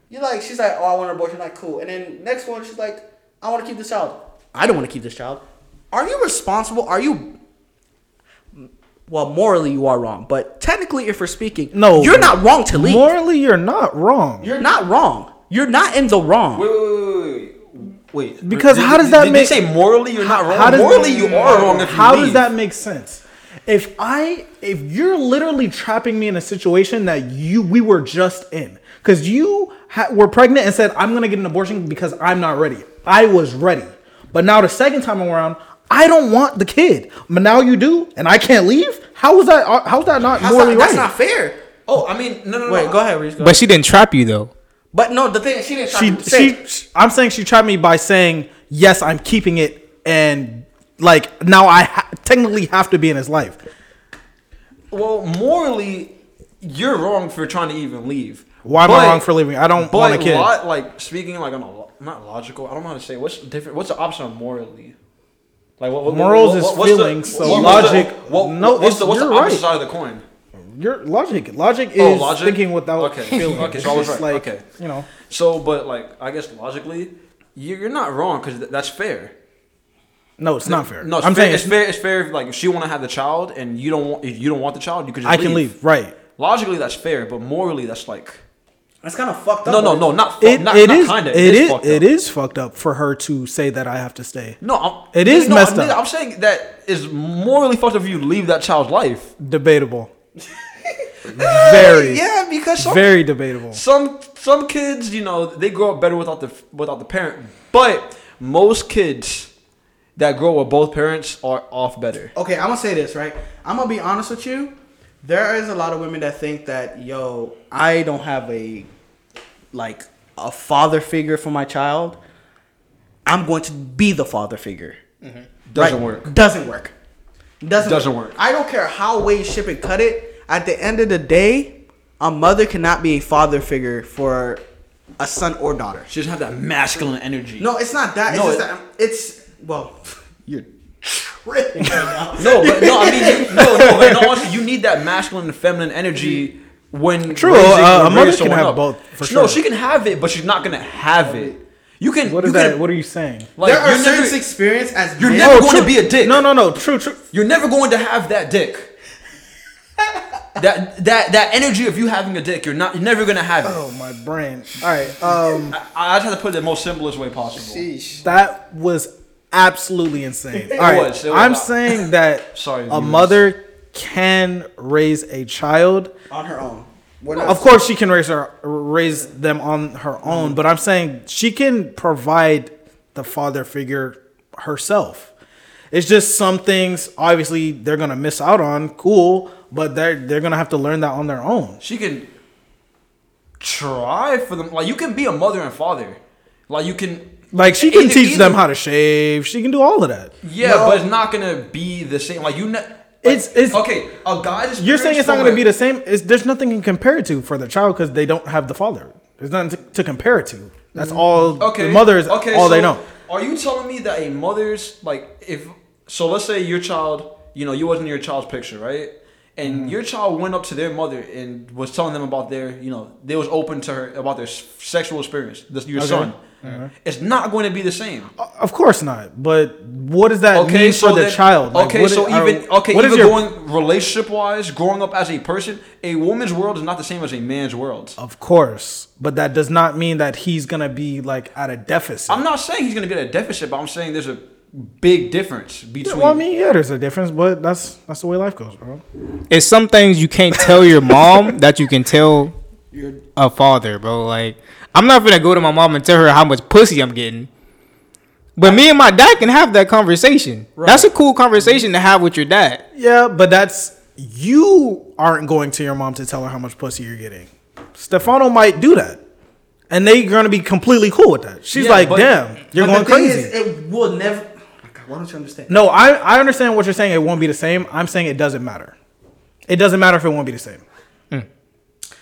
A: you're like, she's like, oh, I want an abortion. Like, cool. And then next one, she's like, I want to keep this child. I don't want to keep this child. Are you responsible? Are you? Well, morally, you are wrong, but technically, if we're speaking,
D: No,
A: you're not wrong to leave.
D: Morally, you're not wrong.
A: you're not wrong. You're not in the wrong.
B: Wait, wait, wait, wait, wait.
D: Because
B: Did-
D: how does
B: did-
D: that
B: did
D: make-
B: you say morally you're not wrong?
D: How does-
B: morally you are wrong if you
D: How does
B: leave.
D: that make sense? If I if you're literally trapping me in a situation that you we were just in cuz you ha- were pregnant and said I'm going to get an abortion because I'm not ready. I was ready. But now the second time around I don't want the kid. But now you do and I can't leave? How is that uh, how's that not
A: That's
D: morally
A: not, that's
D: right?
A: not fair.
B: Oh, I mean, no, no, no.
A: Wait, go ahead, Reese. Go
C: But she didn't trap you though.
A: But no, the thing is, she didn't. Try
D: she,
A: to say,
D: she sh- I'm saying she tried me by saying yes, I'm keeping it, and like now I ha- technically have to be in his life.
B: Well, morally, you're wrong for trying to even leave.
D: Why am I wrong for leaving? I don't
B: but
D: want a kid.
B: lo- like speaking like on a lo- not logical. I don't know how to say. What's different? What's the option of morally? Like what, what
D: Morals
B: what,
D: is
B: what- what's the-
D: feelings, so
B: what's the-
D: logic-
B: what,
D: no,
B: what's the,
D: it's-
B: what's the
D: you're
B: opposite
D: right.
B: side of the coin?
D: Your logic, logic is
B: Oh, logic?
D: thinking without
B: Okay.
D: feeling.
B: Okay,
D: It's
B: so I was
D: just
B: right.
D: like
B: Okay.
D: you know,
B: So, but like I guess logically, you- you're not wrong because th- that's fair.
D: no, it's not fair.
B: No, it's
D: I'm
B: fair,
D: saying
B: it's fair. It's fair. If, like if she want to have the child and you don't want, if you don't want the child, you could. Just
D: I can leave. Right.
B: Logically, that's fair, but morally, that's like
A: that's kind of fucked up.
B: no, no, no, not. Fu-
D: It,
B: not,
D: it
B: not
D: is.
B: Kinda.
D: it is.
B: fucked
D: it
B: up.
D: is fucked up for her to say that I have to stay.
B: No, I'm,
D: It is
B: no,
D: messed
B: I'm,
D: up.
B: I'm saying that is morally fucked up if you leave that child's life.
D: Debatable. very,
B: Yeah, because some,
D: very debatable.
B: some some kids, you know, they grow up better without the without the parent. But most kids that grow with both parents are off better.
A: Okay, I'm gonna say this right. I'm gonna be honest with you. There is a lot of women that think that yo, I don't have a like a father figure for my child. I'm going to be the father figure.
B: Doesn't work.
A: Doesn't work. Doesn't,
B: Doesn't work.
A: I don't care how way ship and cut it. At the end of the day, a mother cannot be a father figure for a son or daughter.
B: She doesn't have that masculine energy.
A: No, it's not that. It's
B: No,
A: just
B: it-
A: that I'm- it's well, you're tripping right now.
B: No, but no, I mean, you, no, no, but in all honesty, you need that masculine and feminine energy when
D: True,
B: raising-
D: uh, a
B: when
D: mother
B: raising
D: can
B: someone
D: have
B: up.
D: both, for
B: No,
D: sure.
B: she can have it, but she's not gonna have it. You can.
D: What
B: you
D: is that?
B: can-
D: What are you saying?
B: Like,
A: there are
B: you're never,
A: certain experience as
B: you're
A: men-
B: never
D: Oh,
B: going
D: true.
B: to be a dick.
D: No, no, no. True, true.
B: You're never going to have that dick. that that that energy of you having a dick, you're not. You're never gonna have it.
D: Oh my brain. All right. Um,
B: I, I just had to put it the most simplest way possible.
D: that was absolutely insane. All right.
B: was, it was
D: I'm
B: not-
D: saying that
B: Sorry,
D: a
B: viewers.
D: mother can raise a child.
A: on her own. We're not-
D: Of course, she can raise her raise them on her own, but I'm saying she can provide the father figure herself. It's just some things obviously they're gonna miss out on. Cool, but they're they're gonna have to learn that on their own.
B: she can try for them. Like you can be a mother and father. Like you can.
D: Like she can
B: either-
D: teach them
B: either-
D: how to shave. She can do all of that.
B: Yeah, but it's not gonna be the same. Like you, ne- like,
D: It's- it's-
B: okay. A guy's
D: You're saying it's
B: experience
D: not going to be
B: from
D: the same. It's, there's nothing you can compare it to for the child because they don't have the father. There's nothing to, to compare it to. That's all.
B: a-
D: Okay. The mother is all they
B: so
D: know.
B: Are you telling me that a mother's like if so? Let's say your child, you know, you wasn't in your child's picture, right?
D: Mm-hmm.
B: And your child went up to their mother and was telling them about their, you know, they was open to her about their s- sexual experience. This, your son.
D: Mm-hmm.
B: It's not going to be the same.
D: Of course not. But what does that mean for the
B: then-
D: child? Like,
B: okay,
D: what
B: so
D: is- are-
B: even okay,
D: what is
B: even
D: your-
B: going relationship wise, growing up as a person, a woman's world is not the same as a man's world.
D: Of course, but that does not mean that he's going to be like at a deficit.
B: I'm not saying he's going to be at a deficit, but I'm saying there's a big difference between.
D: well, I mean, yeah, there's a difference, but that's that's the way life goes, bro.
C: It's some things you can't tell your mom that you can tell a father, bro. Like I'm not gonna go to my mom and tell her how much pussy I'm getting. But me and my dad can have that conversation. That's a cool conversation to have with your dad.
D: Yeah, but that's you aren't going to your mom to tell her how much pussy you're getting. Stefano might do that. And they're gonna be completely cool with that. She's
B: Yeah,
D: like,
B: but-
D: damn, you're
A: But
D: going
A: the thing
D: crazy.
A: Is, it will never. Oh my God, why don't you understand?
D: no, I, I understand what you're saying. It won't be the same. I'm saying it doesn't matter. It doesn't matter if it won't be the same. Everything's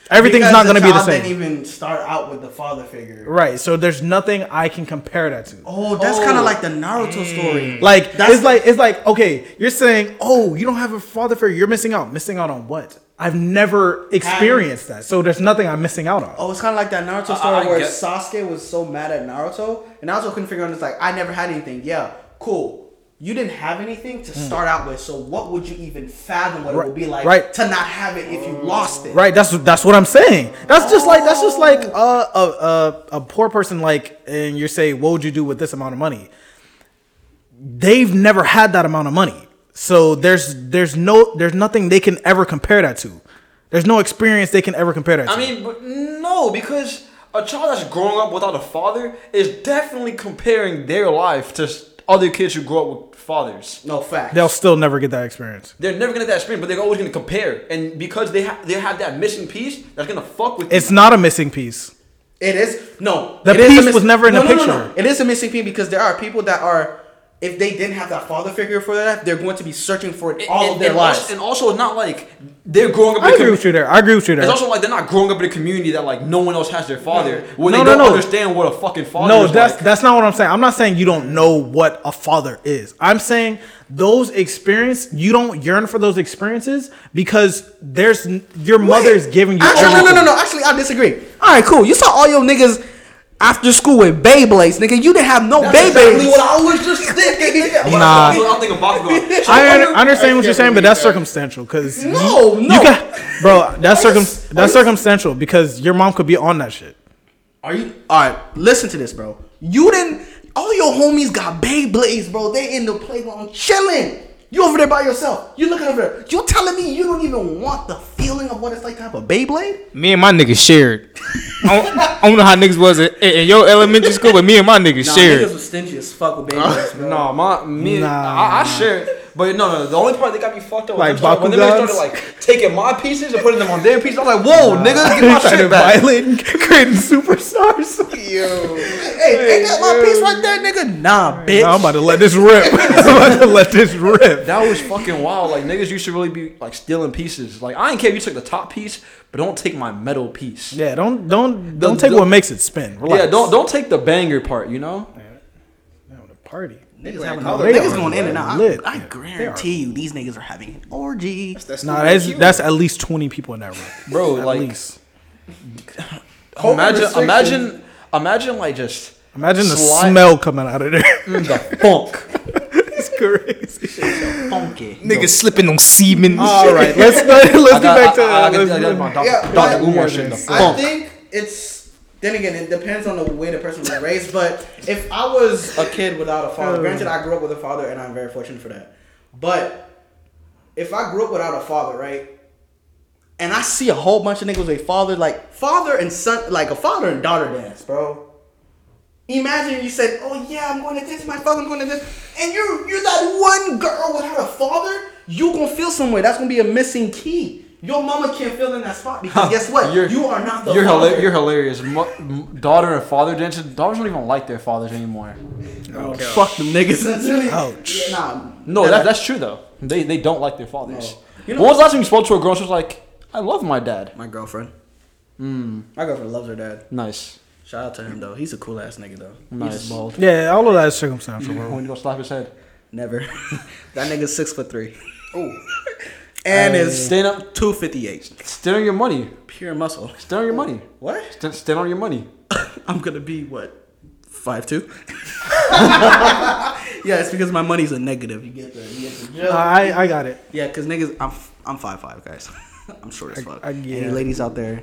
A: Hmm. Because
D: not gonna be the
A: child
D: same.
A: Didn't even start out with the father figure.
D: Right. So there's nothing I can compare that to.
A: Oh, that's kind of like the Naruto story.
D: Like
A: That's-
D: it's like it's like okay, you're saying oh you don't have a father figure, you're missing out. Missing out on what? I've never experienced that, so there's nothing I'm missing out on.
A: Oh, it's kind of like that Naruto story
B: I- I
A: where
B: get-
A: Sasuke was so mad at Naruto, and Naruto couldn't figure out. It's like I never had anything. Yeah, cool. You didn't have anything to start out with, so what would you even fathom what
D: Right-
A: it would be like
D: right.
A: to not have it if you lost it?
D: Right. That's that's what I'm saying. That's just like that's just like uh, a a a poor person like, and you say, what would you do with this amount of money? They've never had that amount of money, so there's there's no there's nothing they can ever compare that to. There's no experience they can ever compare that to.
B: I mean, but no, because a child that's growing up without a father is definitely comparing their life to s- other kids who grow up with fathers.
A: No fact.
D: they'll still never get that experience.
B: They're never gonna get that experience, but they're always gonna compare, and because they ha- they have that missing piece, that's gonna fuck with.
D: It's not a missing piece.
A: It is no.
D: The
A: it is a
D: piece was never in
A: no,
D: the
A: no, no, no.
D: picture.
A: It is a missing piece because there are people that are, if they didn't have that father figure for that, they're going to be searching for it
B: And-
A: all
B: and-
A: of their
B: and
A: lives.
B: Also, and also, it's not like they're growing up.
D: I
B: in a
D: agree
B: commu-
D: with you there. I agree with you there.
B: It's also like they're not growing up in a community that like no one else has their father, when
D: No,
B: they
D: no,
B: don't
D: no.
B: understand what a fucking father.
D: No,
B: is
D: that's
B: like.
D: that's not what I'm saying. I'm not saying you don't know what a father is. I'm saying those experience you don't yearn for those experiences because there's n- your mother's giving you.
A: Actually, no, no, no,
D: everything.
A: no. Actually, I disagree. All right, cool. You saw all your niggas after school with Beyblades, nigga. You didn't have no
B: That's
A: Beyblades.
B: exactly what I was just thinking. nigga.
D: Nah.
B: That's what I'm thinking about going. So
D: I, un-
B: wonder-
D: I understand what
E: I
D: you're saying,
E: can't
D: but that's
E: believe
D: circumstantial because
A: No,
D: you,
A: no.
D: you got, bro. That's
A: Are you
D: circum
A: s- are
D: that's
A: you s-
D: circumstantial because your mom could be on that shit.
A: Are you? All right, listen to this, bro. You didn't. All your homies got Beyblades, bro. They in the playground chilling. You over there by yourself. You looking over there. You telling me you don't even want the feeling of what it's like to have a Beyblade?
C: Me and my niggas shared. I don't, I don't know how niggas was in, in your elementary school, but me and my niggas shared.
A: was stingy as fuck with Beyblades,
B: No, my me,
D: Nah.
B: I, I share. it, But no, no, the only part that got me fucked up was
D: Like
B: them start- when they
D: Bakugans?
B: started like taking my pieces and putting them on their pieces. I'm like, whoa, nigga, get my shit back.
D: violating, creating superstars.
A: Hey, ain't that my piece right there, nigga? Nah, bitch.
D: Nah, I'm about to let this rip. I'm about to let this rip.
B: That was fucking wild. Like niggas, you should really be like stealing pieces. Like I didn't care if you took the top piece, but don't take my metal piece.
D: Yeah, don't don't don't
B: The-
D: take
B: the-
D: what makes it spin. Relax.
B: Yeah, don't don't take the banger part. You know.
D: party.
A: Niggas, having a-
D: They
A: niggas
D: are
A: going in and out.
D: lit.
A: I, I
D: Yeah,
A: guarantee you, these niggas are having an orgy.
E: That's
D: Nah,
E: not
D: that's
E: cute.
D: that's at least twenty people in that room,
B: Bro,
D: At
B: like-
D: least.
B: Imagine,
E: restrictions.
B: imagine, imagine like just
D: imagine the
B: slide-
D: smell coming out of there.
A: Mm,
B: the funk.
D: it's crazy.
A: Funky.
C: Niggas slipping on semen.
D: All right, let's let's
B: I got-
D: get back to.
B: I- I- I got-
D: let's-
B: I got my
A: Yeah,
B: Dr.
A: but-
B: Dr. Umar shit in the
A: I
B: funk.
A: think it's. Then again, it depends on the way the person was raised. But if I was a kid without a father, granted, I grew up with a father, and I'm very fortunate for that. But if I grew up without a father, right, and I see a whole bunch of niggas with father, like father and son, like a father and daughter dance, bro. Imagine you said, "Oh yeah, I'm going to this. My father, I'm going to this," and you're you're that one girl without a father. You gonna feel somewhere. That's gonna be a missing key. Your mama can't fill in that spot because guess what? You're,
B: You're-
A: not the
B: you're,
A: father.
B: hila- you're hilarious. Mo- m- daughter and father dances. Daughters don't even like their fathers anymore.
A: Fuck them niggas. That's really,
D: Ouch.
A: Yeah, Nah.
B: No, that, that's true though. They they don't like their fathers.
A: No. You know-
B: when was the last time you spoke to a girl? and She was like, "I love my dad."
A: My girlfriend. Mm. My girlfriend loves her dad.
B: Nice,
A: Shout out to him though. He's a cool ass nigga though.
B: nice. Bald.
D: yeah, all of that is circumstantial, bro.
A: Mm-hmm.
B: When you go slap his head.
A: Never. that nigga's six foot three. And is
B: Stand up.
A: two fifty eight.
B: Stand on your money.
A: Pure muscle.
B: Stand on your money.
A: What?
B: Stand, stand on your money.
A: I'm gonna be what? Five two? yeah, it's because my money's a negative. You get the, you get the
D: Uh, I I got it.
A: Yeah, because niggas, I'm I'm five five, guys. I'm short as fuck.
D: I- yeah.
A: Any ladies out there?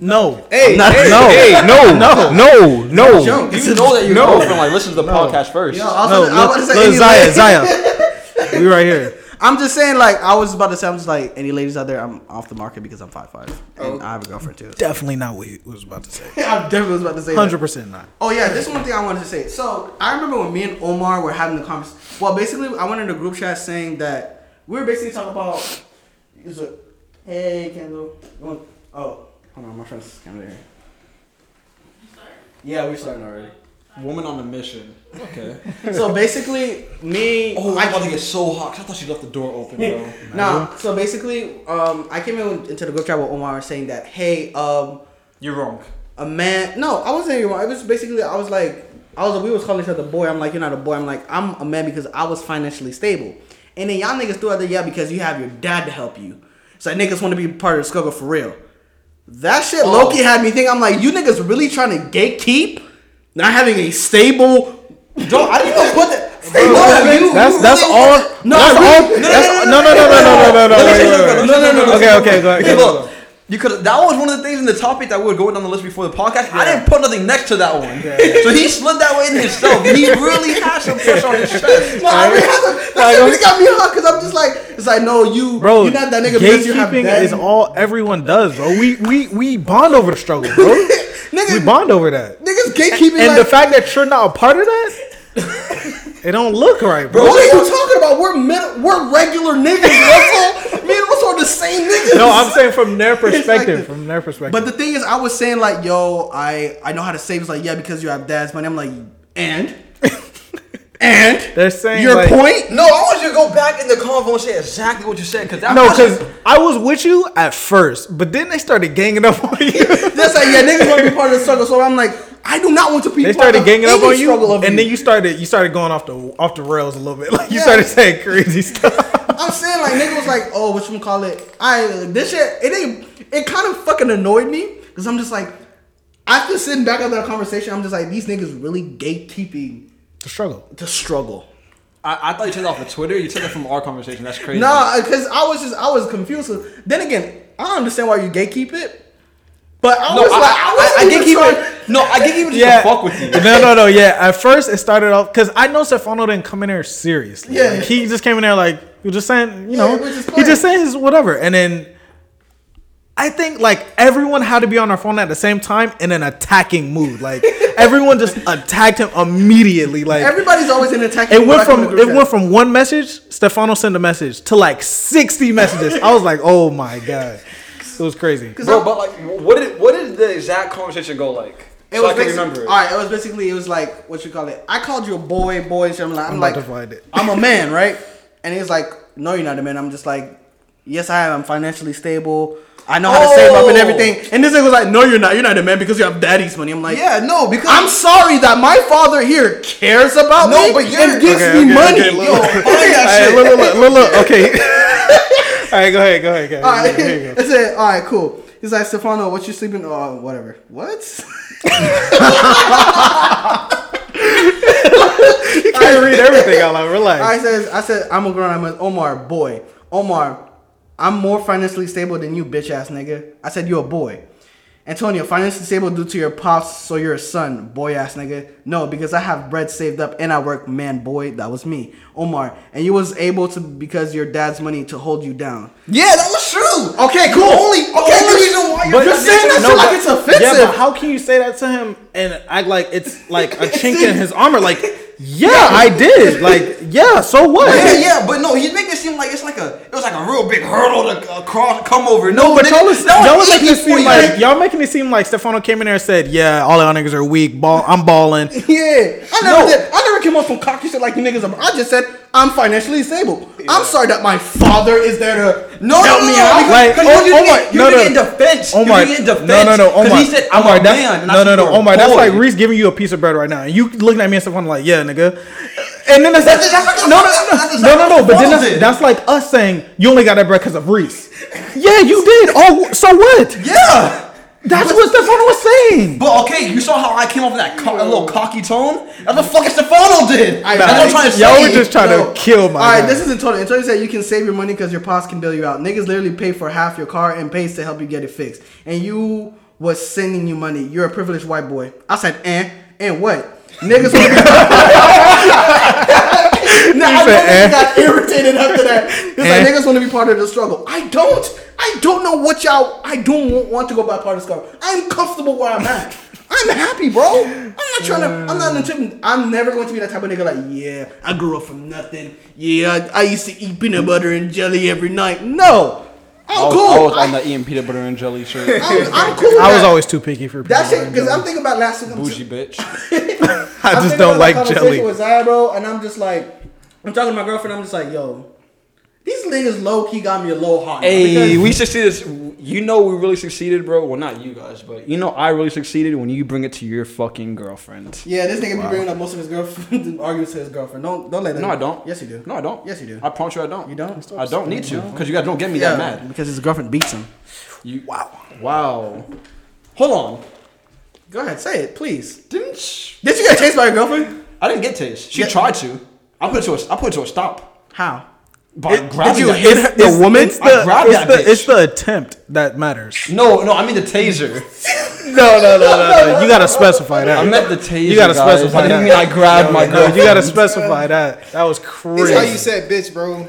D: No,
A: Hey,
C: No, hey, no, no, no, no.
A: Joke.
B: You know that your
C: No.
B: girlfriend like listen to the podcast first.
A: Yo, I was
D: no,
A: gonna- I
D: look,
A: was gonna say
D: look,
A: any
D: Zaya,
A: lady-
D: Zaya, we right here.
A: I'm just saying, like, I was about to say, I'm just like, any ladies out there, I'm off the market because I'm five five, and I have a girlfriend too.
D: Definitely not what he was about to say.
A: Oh. I definitely was about to say that.
D: Hundred percent not.
A: Oh yeah, this one thing I wanted to say. So I remember when me and Omar were having the conversation. Well, basically, I went in a group chat saying that we were basically talking about It's a, hey, Kendall. You want- Oh, hold on, my friend's coming here. Yeah, we starting already.
B: Woman on a mission. Okay.
A: so basically, me.
B: Oh,
A: I
B: I'm about to get so hot. 'cause I thought she left the door open, bro.
A: Nah, so basically, um, I came in into the group chat with Omar saying that, hey, um,
B: You're wrong.
A: a man. No, I wasn't even wrong. It was basically I was like, I was we was calling each other boy. I'm like, you're not a boy. I'm like, I'm a man because I was financially stable. And then y'all niggas threw out the yeah because you have your dad to help you. So niggas want to be part of the struggle for real. That shit Loki had me think. I'm like, you niggas really trying to gatekeep, not having a stable. Don't I didn't even put that. Stable, you-
D: That's
A: you
D: that's
A: really-
D: all.
A: No,
D: that's
A: I
D: all.
A: really-
D: that's- No, no, no, no, no, no, no,
B: Let me say
D: no.
B: something,
D: wait,
B: let me say
D: wait, wait.
B: something, let me
D: Okay,
B: say
D: okay, go
B: something.
D: ahead. go
B: Look,
D: ahead.
B: You could. That was one of the things in the topic that we were going down the list before the podcast. I didn't put nothing next to that one, so he slid that way in himself. He really has some push on his chest.
A: No, I really had to- that shit really got me hot because I'm just like, it's like, no, you,
D: Bro,
A: you're not that nigga because you have
D: gatekeeping
A: daddy.
D: is all everyone does, bro. We we we bond over the struggle, bro.
A: Nigga-
D: we bond over that.
A: Niggas gatekeeping
D: And
A: like,
D: the fact that you're not a part of that, it don't look right, bro.
A: what are you talking about? We're middle, we're regular niggas, Russell. Me and Russell are the same niggas.
D: No, I'm saying from their
A: Perspective.
D: perspective. From their perspective.
A: But the thing is, I was saying like, yo, I I know how to save. It's like, yeah, because you have dad's money. I'm like, and. And
D: They're saying,
A: your
D: like-
A: point?
B: No, I want you to go back in the convo and say exactly what you said because that
D: no,
B: wasn't-
D: because I was with you at first, but then they started ganging up on you.
A: That's like yeah, niggas want to be part of the struggle. So I'm like, I do not want to be.
D: they
A: part
D: started
A: of
D: ganging up
A: any
D: on you,
A: struggle of
D: and then you started you started going off the off the rails a little bit. Like you
A: Yeah.
D: started saying crazy stuff.
A: I'm saying like nigga was like, oh, what you gonna call it? I this shit it ain't it kind of fucking annoyed me because I'm just like after sitting back on that conversation, I'm just like these niggas really gatekeeping
D: the struggle.
A: the struggle.
B: I, I thought you took it off of Twitter. You took it from our conversation. That's crazy.
A: Nah, because I was just I was confused. So Then again, I understand why you gatekeep it, but I
B: no,
A: was
B: I,
A: like I, was
B: I, I, I get
A: trying.
B: even. No, I get even just
D: Yeah.
B: to fuck with you.
D: No, no, no. Yeah, at first it started off because I know Stefano didn't come in there seriously.
A: Yeah.
D: Like, he just came in there like he was just saying, you know,
A: we're just
D: he just
A: playing.
D: saying his whatever, and then I think like everyone had to be on their phone at the same time in an attacking mood. Like everyone just attacked him immediately. Like
A: Everybody's always in attack.
D: It went from it went from one message. Stefano sent a message to like sixty messages. I was like, oh my god, it was crazy.
B: Bro, but like, what did what did the exact conversation go like?
A: It
B: so
A: was
B: I can
A: basi-
B: remember it.
A: All right, it was basically it was like what you call it. I called you a boy, boy. So I'm like, I'm,
D: I'm
A: like,
D: about to find it.
A: I'm a man, right? And he was like, No, you're not a man. I'm just like, Yes, I am. I'm financially stable. I know how to save up and
B: Oh.
A: everything. And this nigga was like, No, you're not. You're not a man because you have daddy's money. I'm like,
B: Yeah, no, because
A: I'm sorry that my father here cares about
B: No,
A: me
B: but you're-
A: and gives
D: Okay,
A: me
D: okay,
A: money.
D: okay, look,
A: Yo,
D: look.
A: fuck
D: All
A: that
D: right,
A: shit.
D: look, look, look, look, look, Okay. All right, go ahead, go ahead, go ahead.
A: All right,
D: Here you go.
A: I said, all right, cool. He's like, Stefano, what you sleeping? Oh, whatever. What?
D: You can't read everything out loud. Relax.
A: I says, I said, I'm a grown. I'm an Omar boy. Omar, I'm more financially stable than you, bitch ass nigga. I said, you a boy. Antonio, financially stable due to your pops, so you're a son, boy ass nigga. No, because I have bread saved up and I work, man, boy. That was me, Omar. And you was able to because your dad's money to hold you down.
B: yeah, that was true.
A: Okay, cool. Only, okay,
B: only
A: the
B: reason why you're-
A: but you're saying that
D: No,
A: shit like
D: but-
A: it's offensive.
D: Yeah, but how can you say that to him and act like it's like a chink in his armor? Like, yeah, I did. Like, yeah. So what?
B: Yeah, yeah, but no, he's making it seem like it's like a it was like a real big hurdle to uh, cross, come over. No,
D: But
B: nigga,
D: y'all, was,
B: that was
D: y'all was
B: easy
D: making it
B: for
D: seem
B: you.
D: like y'all making it seem like Stefano came in there and said, "Yeah, all y'all niggas are weak. Ball, I'm balling."
A: Yeah, I never
D: No.
A: did. I never came up from cocky shit like you niggas. are- I just said I'm financially stable. I'm sorry that my father is there to
B: No,
A: help
B: no,
A: me
B: no,
A: out.
B: because-
D: Like,
B: because
D: oh,
B: you
D: Omar,
B: didn't- you
D: no, no,
B: didn't get in defense. You
D: Omar,
B: didn't get in
D: no,
B: defense,
D: no, no,
B: 'cause
D: Omar,
B: he said, I'm
D: Omar,
B: a
D: that's,
B: man, and I
D: no, no,
B: said,
D: no,
B: you're a
D: Omar, that's
B: boy.
D: like Reese giving you a piece of bread right now, and you looking at me and Stefano like, "Yeah, nigga," and then that's,
B: That's- that's-
D: no, no, no,
B: that's-
D: no, no, no, but then
B: that's-
D: that's, that's like us saying you only got that bread because of Reese. Yeah, you did. Oh, so what?
B: yeah.
D: That's what Stefano was saying.
B: But okay, you saw how I came off with that co- that little cocky tone. That's what fucking Stefano did.
A: I-
B: That's what I'm trying to
D: y'all
B: say.
D: were just trying
A: No.
D: to kill my.
A: All right,
D: guy.
A: this isn't Tony. And Tony said you can save your money because your pops can bail you out. Niggas literally pay for half your car and pays to help you get it fixed. And you was sending you money. You're a privileged white boy. I said, and and what? Niggas. Nah, I
D: said,
A: totally
D: "Eh."
A: got irritated after that. It's
D: Eh.
A: like niggas want to be part of the struggle. I don't. I don't know what y'all. I don't want to go by part of the struggle. I'm comfortable where I'm at. I'm happy, bro. I'm not trying to. I'm not intimidated. I'm never going to be that type of nigga. Like, yeah, I grew up from nothing. Yeah, I, I used to eat peanut butter and jelly every night. No, I'm
B: was,
A: cool.
B: I was on the eating peanut butter and jelly shirt.
A: I'm, I'm cool. with
D: I was
A: that.
D: always too picky for
A: that
D: peanut
A: shit
D: butter
A: because
D: and
A: I'm thinking about last week. I'm
B: Bougie bitch.
D: jelly. I
A: I'm
D: just
A: thinking
D: don't
A: about
D: like
A: that
D: jelly.
A: conversation With Zai, bro, and I'm just like, I'm talking to my girlfriend. I'm just like, yo, these niggas low key got me a low heart. bro,
B: Hey,
A: because-
B: we succeeded. You know we really succeeded, bro. Well, not you guys, but you know I really succeeded when you bring it to your fucking girlfriend.
A: Yeah, this nigga be bringing up most of his girlfriend arguments to his girlfriend. Don't don't let. that-
B: No, I don't.
A: Yes, you do.
B: No, I don't.
A: Yes, you do.
B: I promise you, I don't.
A: You don't?
B: I don't need to because you guys don't get me that mad.
A: because his girlfriend beats him.
B: You wow, wow. Hold on.
A: Go ahead, say it, please.
B: Didn't sh-
A: Did you get chased by your girlfriend?
B: I didn't get taste. She
A: Yeah.
B: tried to. I put it to a, I put it to a stop
A: How?
B: by grabbing.
D: Did you
B: that-
D: hit
B: it's-
D: her-
B: it's-
D: it's- It's
B: I
D: the,
B: grabbed
D: it's,
B: that
D: the, it's
B: bitch.
D: the attempt that matters.
B: No, no, I mean the taser.
D: No, no, no, no, no. You gotta specify that.
B: I meant the taser.
D: you gotta
B: guys.
D: specify
B: I didn't
D: that.
B: mean I grabbed my
D: no,
B: girl.
D: you gotta specify that. That was crazy.
E: That's how you said, bitch, bro. Um,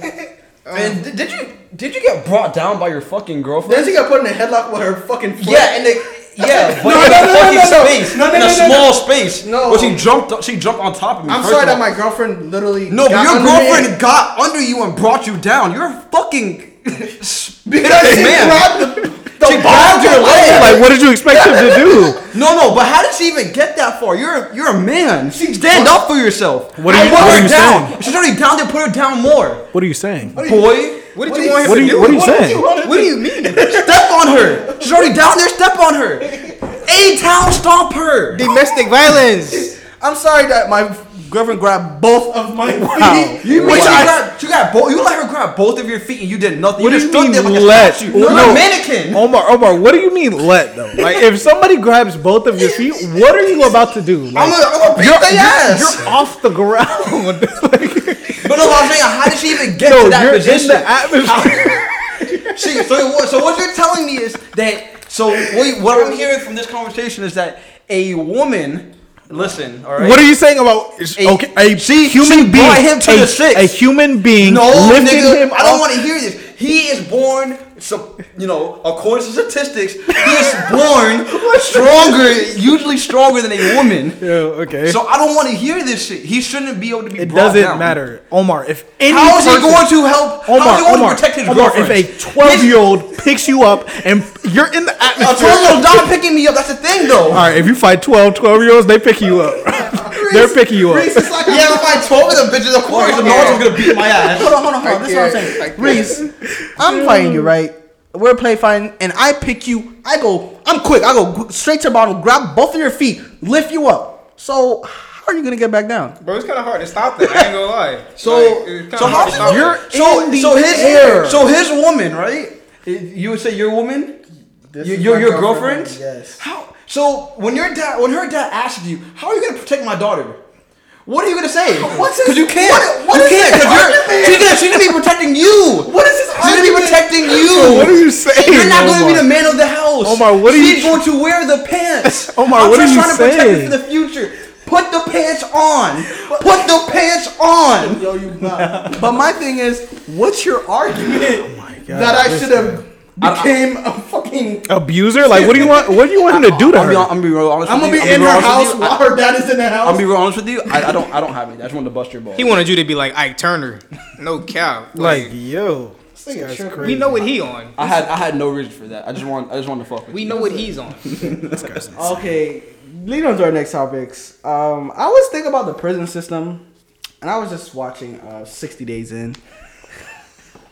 B: And did- did you did you get brought down by your fucking girlfriend?
A: Then she got put in a headlock with her fucking foot.
B: Yeah, and the yeah, but
A: No,
B: in
A: no,
B: a
A: no, no,
B: fucking
A: no, no.
B: space,
A: No, no,
B: in
A: no,
B: a
A: no, no.
B: small space.
A: No.
B: but she jumped. She jumped on top of me.
A: I'm
B: first
A: sorry
B: of
A: that
B: all.
A: my girlfriend literally.
B: No, but
A: got
B: your
A: under me
B: girlfriend
A: and-
B: got under you and brought you down. You're a fucking
A: Because
B: because
A: she
B: man.
A: grabbed the. the
B: she grabbed your leg.
D: Like, what did you expect him to do?
B: no, no, but how did she even get that far? You're a- you're a man. Stand up for yourself.
D: What are
B: I
D: you-
B: put
D: what
B: her
D: are you
B: down.
D: saying?
B: She's already down there. Put her down more,
D: What are you saying?
B: boy. What did you want
D: What
B: her
D: are
B: to
D: you
B: do?
D: What
A: What
D: are you
A: did you
D: saying?
A: want to
B: What do you mean? step on her. She's already down there. Step on her. A town stomp her.
C: Domestic violence.
A: I'm sorry that my girlfriend grabbed both of my feet.
B: You
A: which
B: mean she
A: I-
B: grabbed, she grabbed both? You let her grab both of your feet and you did nothing.
D: What
B: you
D: do
B: just
D: you
B: stood
D: mean
B: there like a
D: let?
B: statue.
D: No.
B: You're a mannequin.
D: Omar, Omar, what do you mean let though? Like if somebody grabs both of your feet, what are you about to do? Like,
B: I'm gonna, I'm gonna beat
D: you're,
B: their ass.
D: you're, you're off the ground. like,
B: but no, I'm saying, how did she even get
D: no,
B: to that
D: you're in
B: position?
D: the atmosphere.
B: She- so, what- so what you're telling me is that. So what, what I'm hearing from this conversation is that a woman. Listen, all right.
D: What are you saying about
B: A-
D: okay, a
B: she-
D: human
B: she
D: being?
B: brought him to
D: a,
B: the six.
D: a human being
B: No,
D: lifted
B: nigga,
D: him.
B: I don't
D: off-
B: want to hear this. He is born, so you know, according to statistics, he is born stronger, usually stronger than a woman.
D: Yeah, okay.
B: So I don't want to hear this shit. He shouldn't be able to be.
D: It
B: brought
D: doesn't
B: down.
D: matter, Omar. If any
B: How is he
D: person-
B: going to help? how
D: Omar,
B: is he going
D: Omar,
B: to protect his
D: Omar,
B: girlfriend?
D: If a twelve-year-old picks you up and you're in the
B: This- a
D: atmosphere,
B: twelve-year-old not picking me up. That's the thing, though.
D: All right, if you fight 12, 12 year olds, they pick you up. They're picking you up.
A: Reese, it's like
B: Yeah, if I told them bitches, of course, the one's gonna beat my ass.
A: Hold on, hold on, hold on. This is what I'm saying. Reese, I'm fighting you, right? We're play fighting, and I pick you. I go, I'm quick. I go gr- straight to the bottom, grab both of your feet, lift you up. So, how are you going to get back down?
E: Bro, it's kind of hard to stop that. I ain't gonna lie.
B: So,
E: Like, it's kinda
B: so
E: hard
B: how
E: to stop
B: you're
E: that.
B: so
A: in the
B: so his
A: air.
B: so his woman, right? You would say your woman,
A: This
B: your
A: is
B: your,
A: my
B: your girlfriend.
A: girlfriend, yes.
B: How? So when your dad when her dad asks you, how are you gonna protect my daughter? What are you gonna say?
A: What's his-
B: Because you
A: what-
B: can't.
A: what
B: you
A: is his
B: can't.
A: argument?
B: Because she's gonna she's gonna be protecting you.
A: What is his
B: She's gonna be
A: argument?
B: protecting you.
D: what are you saying, Oh
B: You're not gonna be the
D: Omar?
B: man of the house.
D: Omar, what are you
B: She's
D: tr-
B: going to wear the pants.
D: Omar,
B: I'm
D: what
B: just
D: are you
B: trying to protect her
D: saying?
B: for the future. Put the pants on. Put the pants on.
A: Yo, you not. but my thing is, what's your
D: Oh
A: argument that I should have became a fucking.
D: Abuser? Like, what do you want? What do you want him to do to
B: I'm gonna be,
D: her?
B: I'm gonna be real honest.
A: I'm
B: with
A: going to
B: you.
A: be
B: I'm
A: in her
B: gonna
A: house
B: honest with you.
A: while her dad is in the
B: I, I'm
A: house?
B: gonna be real honest with you. I, I don't. I don't have any. I just want to bust your ball.
C: He wanted you to be like Ike Turner. No cow.
D: Like, yo.
A: This nigga tripping.
C: we know what he on.
B: I had. I had no reason for that. I just want. I just want to fuck with.
C: We
B: you.
C: know what he's on.
A: Okay, lead on to our next topics. Um, I was thinking about the prison system, and I was just watching uh, 60 Days In.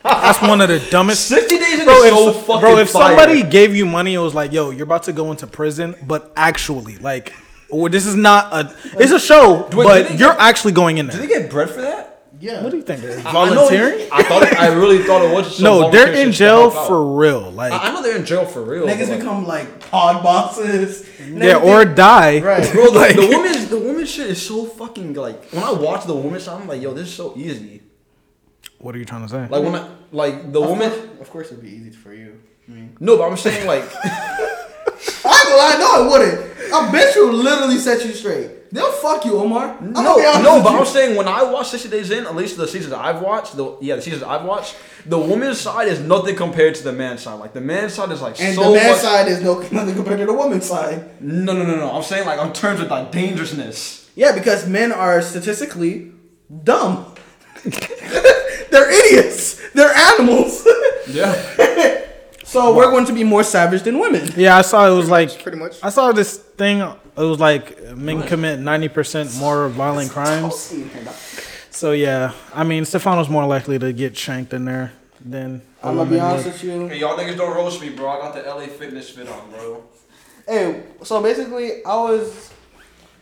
D: That's one of the dumbest.
B: Sixty days in
D: Bro,
B: is
D: if,
B: so fucking
D: bro, if
B: fire.
D: somebody gave you money, it was like, yo, you're about to go into prison, but actually, like, well, this is not a. It's a show,
B: Wait,
D: but
B: did they-
D: you're actually going in
B: do
D: there.
B: they get bread for that?
A: Yeah.
D: What do you think? they're
B: I know-
D: Volunteering?
B: I, thought. It, I really thought it was. some
D: No, they're
B: volunteer
D: in
B: shit to
D: jail
B: help out.
D: for real. Like,
B: I, I know they're in jail for real.
A: Niggas
B: but, like,
A: become like pod bosses. and
D: yeah, or
A: everything.
D: die.
A: Right.
B: Bro, the,
D: Like-
B: the women's the woman shit is so fucking like when I watch the woman shit, I'm like, yo, this is so easy.
D: What are you trying to say?
B: Like when I like the woman.
A: Of course, it'd be easy for you. I mean,
B: No, but I'm saying like
A: I ain't gonna lie, no, it wouldn't. A bitch will literally set you straight. They'll fuck you, Omar. I'm
B: No, no, but I'm saying when I watch 60 Days In, at least the seasons that I've watched, the yeah, the seasons that I've watched, the woman's side is nothing compared to the man's side. Like the man's side is like
A: and
B: so
A: the man
B: much.
A: side is no nothing compared to the woman's side.
B: no, no, no, no. I'm saying like on terms of like dangerousness.
A: Yeah, because men are statistically dumb. They're idiots. They're animals.
B: Yeah.
A: So we're going to be more savage than women.
D: Yeah, I saw it was like
E: pretty much.
D: I saw this thing. It was like men commit ninety percent more violent crimes. So yeah, I mean Stefano's more likely to get shanked in there than um, a
A: I'm gonna be
D: woman
A: honest
D: would.
A: with you.
B: Hey, y'all niggas don't roast me, bro. I got the LA Fitness fit on, bro.
A: Hey, so basically, I was,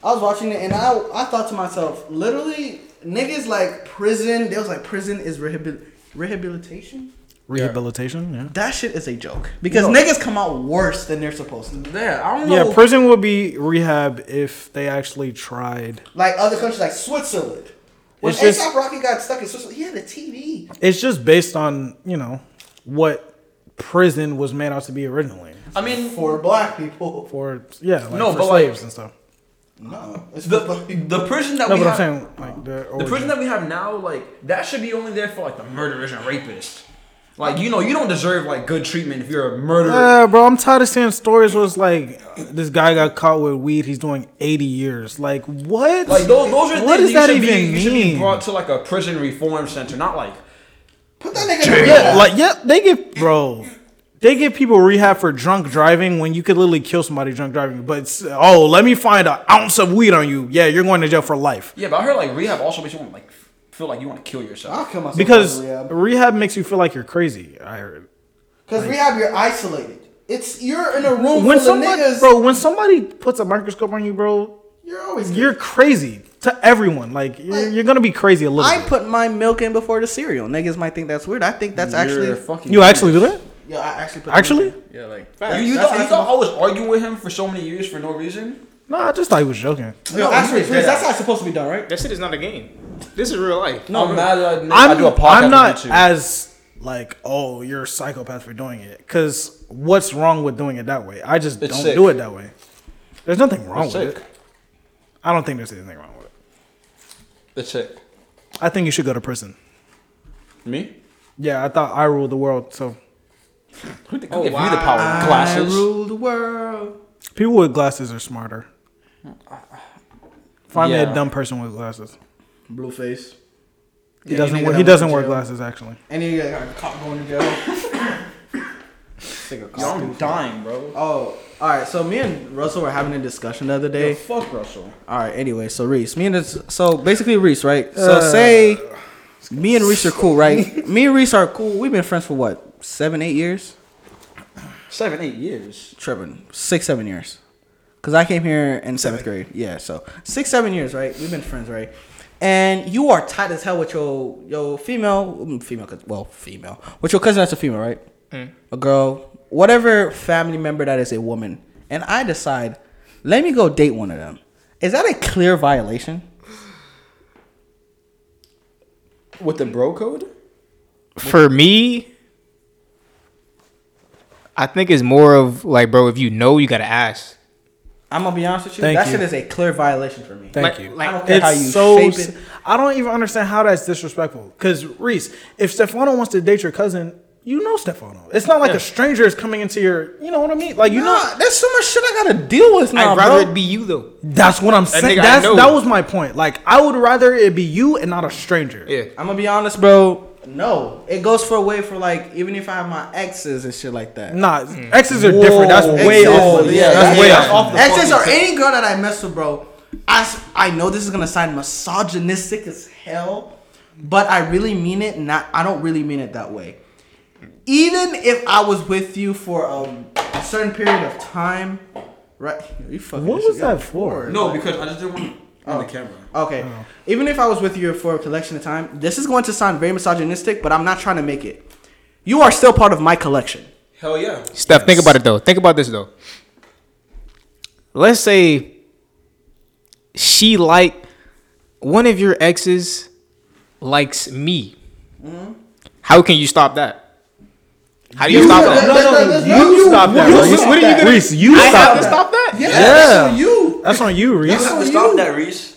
A: I was watching it, and I, I thought to myself, literally, niggas like prison. They was like prison is rehabil- rehabilitation.
D: rehabilitation. Yeah.
A: That shit is a joke because niggas come out worse than they're supposed to.
B: Yeah, I don't know.
D: Yeah, prison would be rehab if they actually tried.
A: Like other countries, like Switzerland. When
D: It's just-
A: ASAP Rocky got stuck in Switzerland, he had a TV.
D: It's just based on you know what prison was made out to be originally
B: I mean,
A: for black people.
D: for yeah like,
B: No,
D: for
B: but, like,
D: slaves and stuff.
A: No, it's
B: the
A: for black people.
B: the prison that
D: No,
B: we
D: but
B: have,
D: I'm saying like the,
B: the prison
D: origin.
B: that we have now, like that should be only there for like the murderers and rapists. Like you know, you don't deserve like good treatment if you're a murderer.
D: Yeah, Uh, bro, I'm tired of seeing stories where it's like this guy got caught with weed. He's doing 80 years. Like what?
B: like those, those are
D: What
B: things
D: does that
B: you should be,
D: even
B: You should be
D: mean?
B: brought to like a prison reform center, not like
A: Put that nigga in
D: yeah,
A: rehab.
D: like yeah, they get bro. They give people rehab for drunk driving when you could literally kill somebody drunk driving. But it's, oh, let me find an ounce of weed on you. Yeah, you're going to jail for life
B: yeah. But I heard like rehab also makes you want to like feel like you want to kill
A: I'll
B: yourself.
A: kill myself
D: because
A: in
D: rehab.
A: rehab.
D: makes you feel like you're crazy. I heard.
A: Because rehab, you're isolated. It's you're in a room
D: When
A: full of
D: somebody,
A: niggas.
D: bro, when somebody puts a microscope on you, bro,
A: you're always
D: you're crazy to everyone. Like you're,
A: Like,
D: you're gonna be crazy a little.
A: I
D: bit.
A: put my milk in before the cereal. Niggas might think that's weird. I think that's
B: You're
A: actually.
B: a fucking
D: You actually do that?
A: Yo, I actually put.
D: Actually?
B: yeah, like
A: Facts.
B: you, you
A: That's
B: thought, you
A: actually-
B: thought I was arguing with him for so many years for no reason.
D: No, I just thought he was joking.
A: No,
B: No,
A: actually,
B: you did
A: Chris, that's
B: that.
A: how it's supposed to be done, right?
C: That shit is not a game. This is real life.
B: No, I'm mad. That I,
D: I'm,
B: I do a podcast.
D: I'm
B: with
D: not
B: you two.
D: as like, oh, you're a psychopath for doing it. Cause what's wrong with doing it that way? I just
B: It's
D: don't
B: sick.
D: do it that way. There's nothing wrong
B: It's
D: with
B: sick.
D: it. I don't think there's anything wrong with it.
B: That's it.
D: I think you should go to prison.
B: Me?
D: Yeah, I thought I ruled the world. So
B: Who the,
A: Oh,
B: who gave you the power? Glasses.
A: the world.
D: people with glasses are smarter. Find me
B: Yeah.
D: a dumb person with glasses.
A: Blueface.
D: He doesn't. Wear, he doesn't wear glasses actually.
A: And then you got caught going to jail. Sick
B: Yo, I'm dying, bro.
A: Oh, all right. So me and Russell were having a discussion the other day.
B: fuck Russell.
A: All right. Anyway, so Reese, me and this, so basically Reese, right? So say me and Reese are cool, right? me and Reese are cool. We've been friends for what seven, eight years?
B: Seven, eight years.
A: Tripping six, seven years. Cause I came here in seventh grade. Yeah, so six, seven years, right? We've been friends, right? And you are tight as hell with your your female, mm, female, cous- well, female, with your cousin that's a female, right?
D: Mm.
A: A girl, whatever family member that is a woman. And I decide, let me go date one of them. Is that a clear violation?
B: With the bro code?
C: For me, I think it's more of like, bro, if you know, you gotta ask.
A: I'm gonna be honest with you.
D: Thank
A: that
D: you.
A: shit is a clear violation for me.
D: Thank
C: Like-
D: you.
C: like-
A: I don't care
D: It's
A: how you
D: so.
A: shape
D: s-
A: it.
D: I don't even understand how that's disrespectful. Because Reese, if Stefano wants to date your cousin, you know Stefano. It's not like a stranger is coming into your. You know what I mean? Like you know.
A: Nah, there's so much shit I gotta deal with now,
C: I'd rather
A: bro.
C: it be you though.
D: That's what I'm saying.
C: nigga I
D: That's
C: know.
D: that was my point. Like I would rather it be you and not a stranger.
C: Yeah.
A: I'm gonna be honest, bro. No, it goes for a way for like even if I have my exes and shit like that.
D: Nah, exes are different. That's
A: Exes,
D: way off.
A: yeah,
D: Yeah, that's
A: yeah,
D: way
A: yeah.
D: off.
A: Exes are any girl that I mess with, bro. I s- I know this is gonna sound misogynistic as hell, but I really mean it. Not I don't really mean it that way. Even if I was with you for um, a certain period of time, right? You fucking
D: What
A: this
D: was
A: shit up
D: that for?
A: before.
B: No, because I just didn't want
D: Oh.
B: on the camera.
A: Okay. Even if I was with you for a collection of time, this is going to sound very misogynistic, but I'm not trying to make it. You are still part of my collection.
B: Hell yeah.
C: Steph, think about it though. Think about this though. Let's say she like one of your exes likes me. How can you stop that? How do Mm-hmm. you, stop
A: said that-
C: that?
D: No, no,
A: That's
D: you,
A: not you.
D: stop that,
A: You
D: Reese.
A: stop
D: What are you
A: that.
D: gonna? Reese, you
C: I
D: stop
C: have to
D: that.
C: stop that.
D: Yeah.
A: So you.
D: That's on you, Reese.
A: have to
B: stop
A: stop
B: that,
A: that,
B: Reese.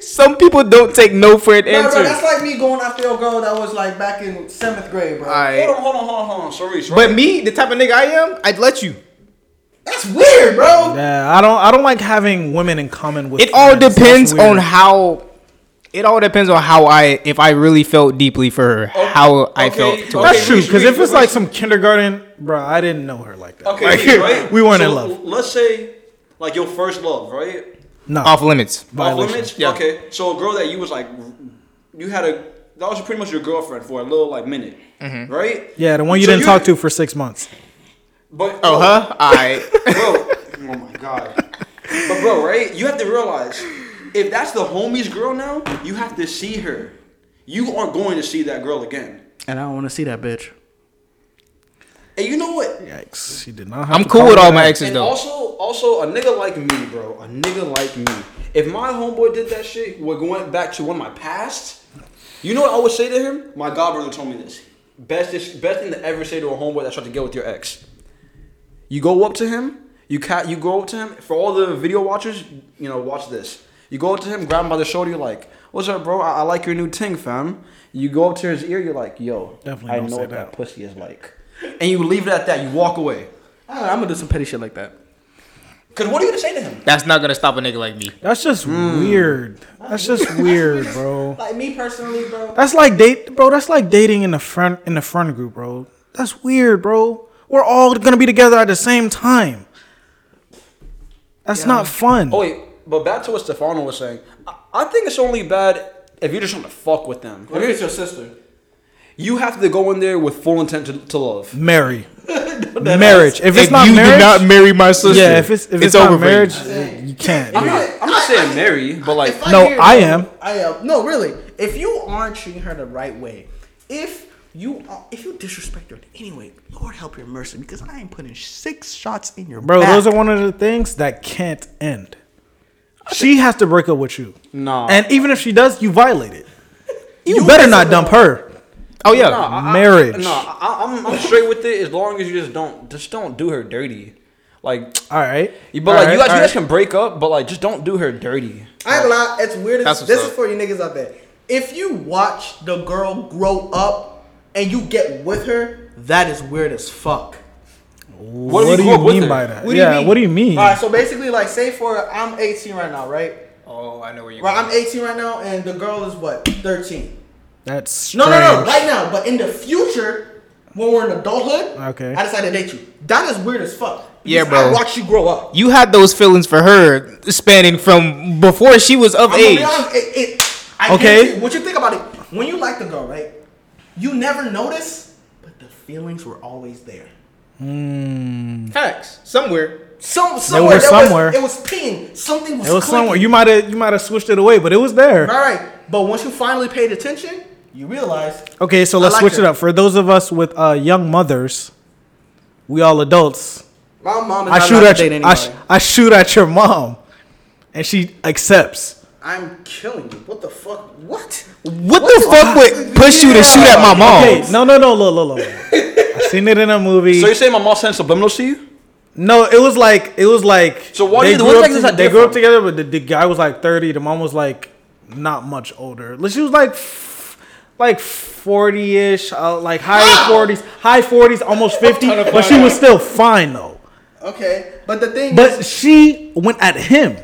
C: Some people don't take no for an
A: Bro,
C: answer.
A: bro, that's like me going after your girl that was like back in seventh grade, bro.
C: Alright.
B: Hold on, hold on, hold on, hold on. So Reese, right?
C: But me, the type of nigga I am, I'd let you.
A: That's weird, bro.
D: Yeah, I don't. I don't like having women in common with.
C: It all
D: friends. That's
C: depends
D: weird.
C: on how It all depends on how I, if I really felt deeply for her, how I
E: okay,
C: felt towards
D: That's
E: Okay,
D: true.
E: Reese,
D: Because if
E: Reese,
D: it's like some kindergarten, bro, I didn't know her like that.
B: Okay,
D: Like,
B: wait, right?
D: we weren't
B: So,
D: in love.
B: l- Let's say, like your first love, right?
D: No.
C: her. Off limits.
D: Violation.
B: Off limits.
C: Yeah.
B: Okay, so a girl that you was like, you had a that was pretty much your girlfriend for a little like minute, right?
D: Mm-hmm. Yeah, the one you
B: So
D: didn't talk to for six months.
B: But
C: Oh, huh? All right.
B: bro. oh my god. But bro, right? You have to realize if that's the homie's girl now, you have to see her. You are going to see that girl again.
A: And I don't want to see that bitch.
B: And you know what?
D: Yikes. She did not have
C: I'm
D: to
C: cool
D: talk
C: with
D: to
C: all
D: her.
C: my exes,
B: And
C: though.
B: also, also a nigga like me, bro. A nigga like me. If my homeboy did that shit, we're going back to one of my past. You know what I would say to him? My godbrother told me this. Best is, best thing to ever say to a homeboy that's trying to get with your ex. You go up to him. You ca- you go up to him. For all the video watchers, you know, watch this. You go up to him, grab him by the shoulder. You're like, "What's up, bro? I, I like your new ting, fam." You go up to his ear. You're like, "Yo,
D: Definitely
B: I
D: don't
B: know
D: say
B: what
D: that.
B: that pussy is like," and you leave it at that. You walk away.
A: I don't know, I'm gonna Ah, do some petty shit like that.
B: Cause what are you gonna say to him?
C: That's not gonna stop a nigga like me.
D: That's just
B: Hmm.
D: weird. That's just weird, bro.
A: Like me personally, bro.
D: That's like date, bro. That's like dating in the front in the front group, bro. That's weird, bro. We're all gonna be together at the same time. That's not fun.
B: Oh wait, but back to what Stefano was saying. I, I think it's only bad if you're just trying to fuck with them.
A: What if it's your sister?
B: You have to go in there with full intent to, to love.
D: Marry, marriage. If it's not
C: you
D: marriage,
C: do not marry my sister,
D: yeah. If it's if it's,
C: over
D: not
C: for you.
D: marriage, you can't.
B: I'm not, I'm not saying marry, but like
A: If
D: No,
A: hear-
D: I am.
A: I am. No, really. If you aren't treating her the right way, if you are, if you disrespect her in any way, Lord help your mercy, because I ain't putting six shots in your
D: Bro,
A: back.
D: those are one of the things that can't end. She has to break up with you.
B: Nah.
D: And even if she does, you violate it. You,
A: You
D: better
A: mess
D: not
A: it
D: dump her.
C: Oh yeah.
B: Nah, I- I-
D: marriage.
B: No, I, I'm, I'm straight with it. As long as you just don't just don't do her dirty. Like,
D: All right.
B: but like you guys, you guys can break up, but like just don't do her dirty.
A: I ain't gonna lie, it's weird.
C: That's
A: As,
C: what's
A: this
C: up.
A: is for you niggas out there. If you watch the girl grow up and you get with her, that is weird as fuck.
D: What,
B: we
D: do
B: grew
D: you
B: up with
D: mean
B: her.
D: by that?
A: What do you
D: yeah.
A: mean?
D: What do you mean?
A: All right, so basically, like, say for I'm 18 right now, right?
C: Oh, I know where you.
A: Right, I'm 18 right now, and the girl is what 13.
D: That's strange.
A: No, no, no, right now, but in the future, when we're in adulthood,
D: Okay.
A: I decide to date you. That is weird as fuck.
C: Yeah,
A: Because
C: bro.
A: I watch you grow up.
C: You had those feelings for her spanning from before she was of
A: I'm gonna
C: age.
A: be honest, it- it- I can't
D: Okay.
A: say- what you think about it? When you like the girl, right? You never notice, but the feelings were always there.
C: Facts somewhere.
A: Some somewhere,
D: Hmm. were
A: there
D: somewhere.
A: Was, it was pinged. Something was.
D: It was somewhere.
A: clicking.
D: You might have you might have switched it away, but it was there.
A: All right, but once you finally paid attention, you realize
D: Okay, so let's
A: like
D: switch
A: her.
D: it up. For those of us with uh, young mothers, we all adults.
A: my mom is
D: I
A: not
D: shoot
A: allowed
D: at
A: to date
D: your, I,
A: anybody.
D: sh- I shoot at your mom, and she accepts.
A: I'm killing you. What the fuck? What?
C: What, the, fuck would push you to shoot at my mom?
D: Okay, no, no, no, look, look, look. look. I seen it in a movie.
B: So you saying my mom sent subliminals to you?
D: no, it was like it was like.
B: So why
D: they
B: you-
D: grew
B: what
D: up?
B: makes this
D: to-
B: a
D: they grew up
B: difference?
D: together, but the, the guy was like thirty. The mom was like not much older. Like, She was like f- like forty ish, uh, like
B: Ah!
D: high forties, high forties, almost fifty. But she was still fine though.
A: Okay, but the thing is,
D: But she went at him.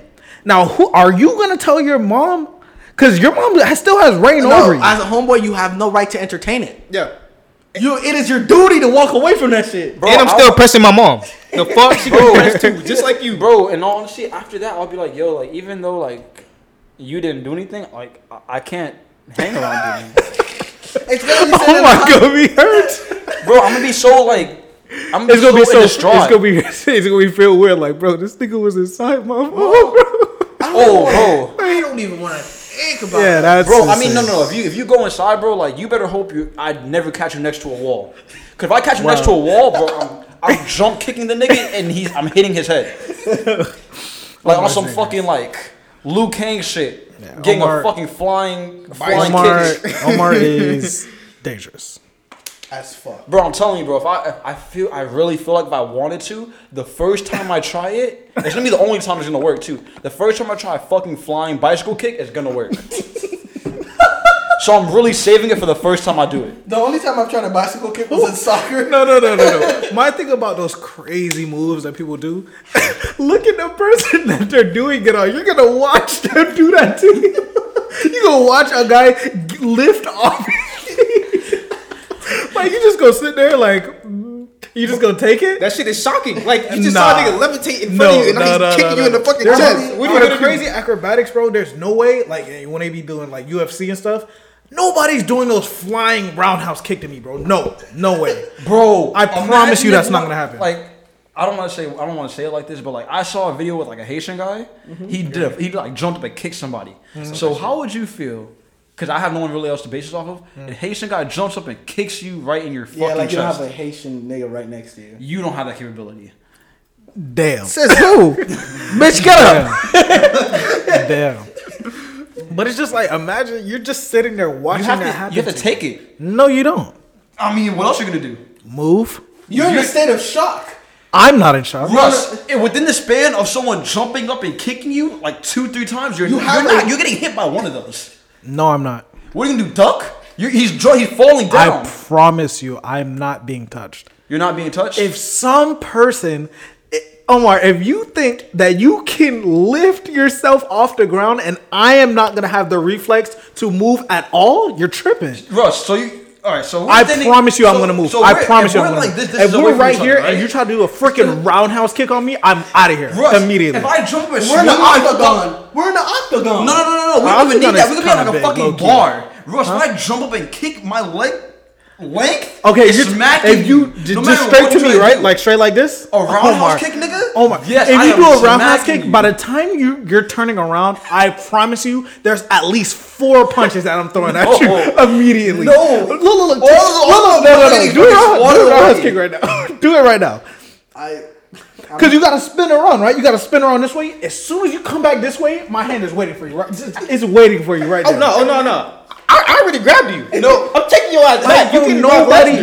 D: Now, who are you gonna tell your mom? Because your mom has, still has reign over
A: no,
D: you.
A: as a homeboy, you have no right to entertain it.
E: Yeah.
A: You, it is your duty to walk away from that shit.
B: Bro,
C: and
E: Oh,
C: I'm
B: I-
C: still pressing my mom. The fuck she gonna press too,
B: just like you, bro. And honestly, after that, I'll be like, yo, like even though like you didn't do anything, like I, I can't hang around you.
A: Especially since
D: Oh my god, we hurt.
B: bro. I'm gonna be so like, I'm
D: It's gonna be so.
B: distraught.
D: It's gonna be. It's gonna be feel weird. Like, bro, this nigga was inside my mom, bro.
A: I don't
B: Oh,
A: wanna- I don't even want to think about.
D: Yeah,
A: it.
D: that's.
B: bro. I mean,
D: insane.
B: no, no, no. If you if you go inside, bro, like you better hope you I never catch you next to a wall. Cause if I catch you next to a wall, bro, I'm, I'm jump kicking the nigga and he's I'm hitting his head, like on some fucking like Liu Kang shit, getting
D: Omar-
B: a fucking flying flying
D: Omar,
B: kick.
D: Omar is dangerous.
A: As fuck.
B: Bro, I'm telling you, bro. If I, if I feel, I really feel like if I wanted to, the first time I try it, it's gonna be the only time it's gonna work too. The first time I try a fucking flying bicycle kick, it's gonna work. so I'm really saving it for the first time I do it.
A: The only time I'm trying to bicycle kick was in soccer.
D: No, no, no, no, no. My thing about those crazy moves that people do, look at the person that they're doing it on. You're gonna watch them do that to you. You gonna watch a guy g- lift off. like you just gonna sit there, like you just gonna take it.
E: That shit is shocking. Like you just
D: Nah.
E: saw a nigga levitate in front
D: No,
E: of you and now
D: no,
E: he's
D: no,
E: kicking
D: no,
E: you in
D: no.
E: the fucking
D: There's
E: chest.
D: only-
E: What
D: for
E: are you
D: the
E: gonna
D: crazy
E: do?
D: acrobatics, bro, there's no way. Like eh, when they be doing like UFC and stuff, nobody's doing those flying roundhouse kick to me, bro. No, no way,
B: Bro,
D: I
B: imagine
D: promise you
B: if
D: that's not
B: one-
D: gonna happen.
B: Like, I don't want to say I don't want to say it like this, but like I saw a video with like a Haitian guy.
D: Mm-hmm.
B: He did a, he like jumped up and kicked somebody. So how would you feel? Because I have no one really else to base this off of.
D: Mm.
B: A Haitian guy jumps up and kicks you right in your fucking
A: Yeah, like you don't
B: chest.
A: have a Haitian nigga right next to you.
B: you don't have that capability.
D: damn,
A: Says who? Bitch, get up.
D: damn. But it's just like imagine you're just sitting there
B: You
D: watching
B: have,
D: that
B: to,
D: happen.
B: you have to
D: to
B: take it.
D: you. No, you don't
B: I mean, what else are you gonna do?
D: move.
A: You're in a state of shock.
D: I'm not in shock.
B: Russ, eh, within the span of someone jumping up and kicking you like two, three times, you're
A: You
B: you're,
A: have
B: not,
A: a-
B: you're getting hit by one of those.
D: No, I'm not.
B: What are you gonna do, duck? You're, he's dr- he's falling down.
D: I promise you, I'm not being touched.
B: You're not being touched.
D: if some person i- Omar, if you think that you can lift yourself off the ground and I am not gonna have the reflex to move at all, you're tripping.
B: Russ, so you all right? So we're
D: I
B: thinking-
D: promise you, I'm
B: so-
D: gonna move.
B: so
D: I
B: we're-
D: promise
B: if
D: you,
B: we're
D: I'm gonna
B: like
D: move.
B: this, this
D: if
B: is
D: we're
B: away from
D: right
B: each
D: here
B: other,
D: and
B: right?
D: you try to do a freaking roundhouse kick on me, I'm out of here
B: Russ,
D: immediately.
B: If I jump and
A: We're in the
B: swing off the
A: octagon. We're in the octagon.
B: No, no, no, no, no. We
D: Our
B: don't even
D: octagon
B: need that.
D: is
B: We're gonna be on like a
D: kinda big,
B: fucking
D: low-key.
B: bar. Russ, if I jump up and kick my leg length,
D: okay,
B: it's
D: just,
B: smacking
D: if you j-
B: No
D: just
B: matter
D: straight
B: what
D: to
B: you
D: me,
B: try
D: right?
B: do.
D: Like straight like this.
B: A roundhouse
D: Omar.
B: kick, nigga?
D: Omar,
B: Yes,
D: if
B: I
D: you
B: am
D: do a roundhouse
B: smacking
D: kick,
B: you.
D: by the time you you're turning around, I promise you, there's at least four punches that I'm throwing at
B: No.
D: you immediately.
B: No.
D: look, look, look,
B: All
D: just-
B: the- all
D: look, look,
B: the-
D: no, no,
B: all
D: no,
B: the
D: do a
B: niggas
D: round- do a
B: water
D: roundhouse
B: already.
D: kick right now. Do it right now.
A: I, I'm-
D: Cause you gotta spin around, right? You gotta spin around this way. As soon as you come back this way, my hand is waiting for you. Right, Just- it's waiting for you right
E: Oh
D: there.
E: no, oh no, no. I, I already grabbed you. No, I'm taking your ass
D: Like,
E: back. You
D: you
E: can
D: nobody-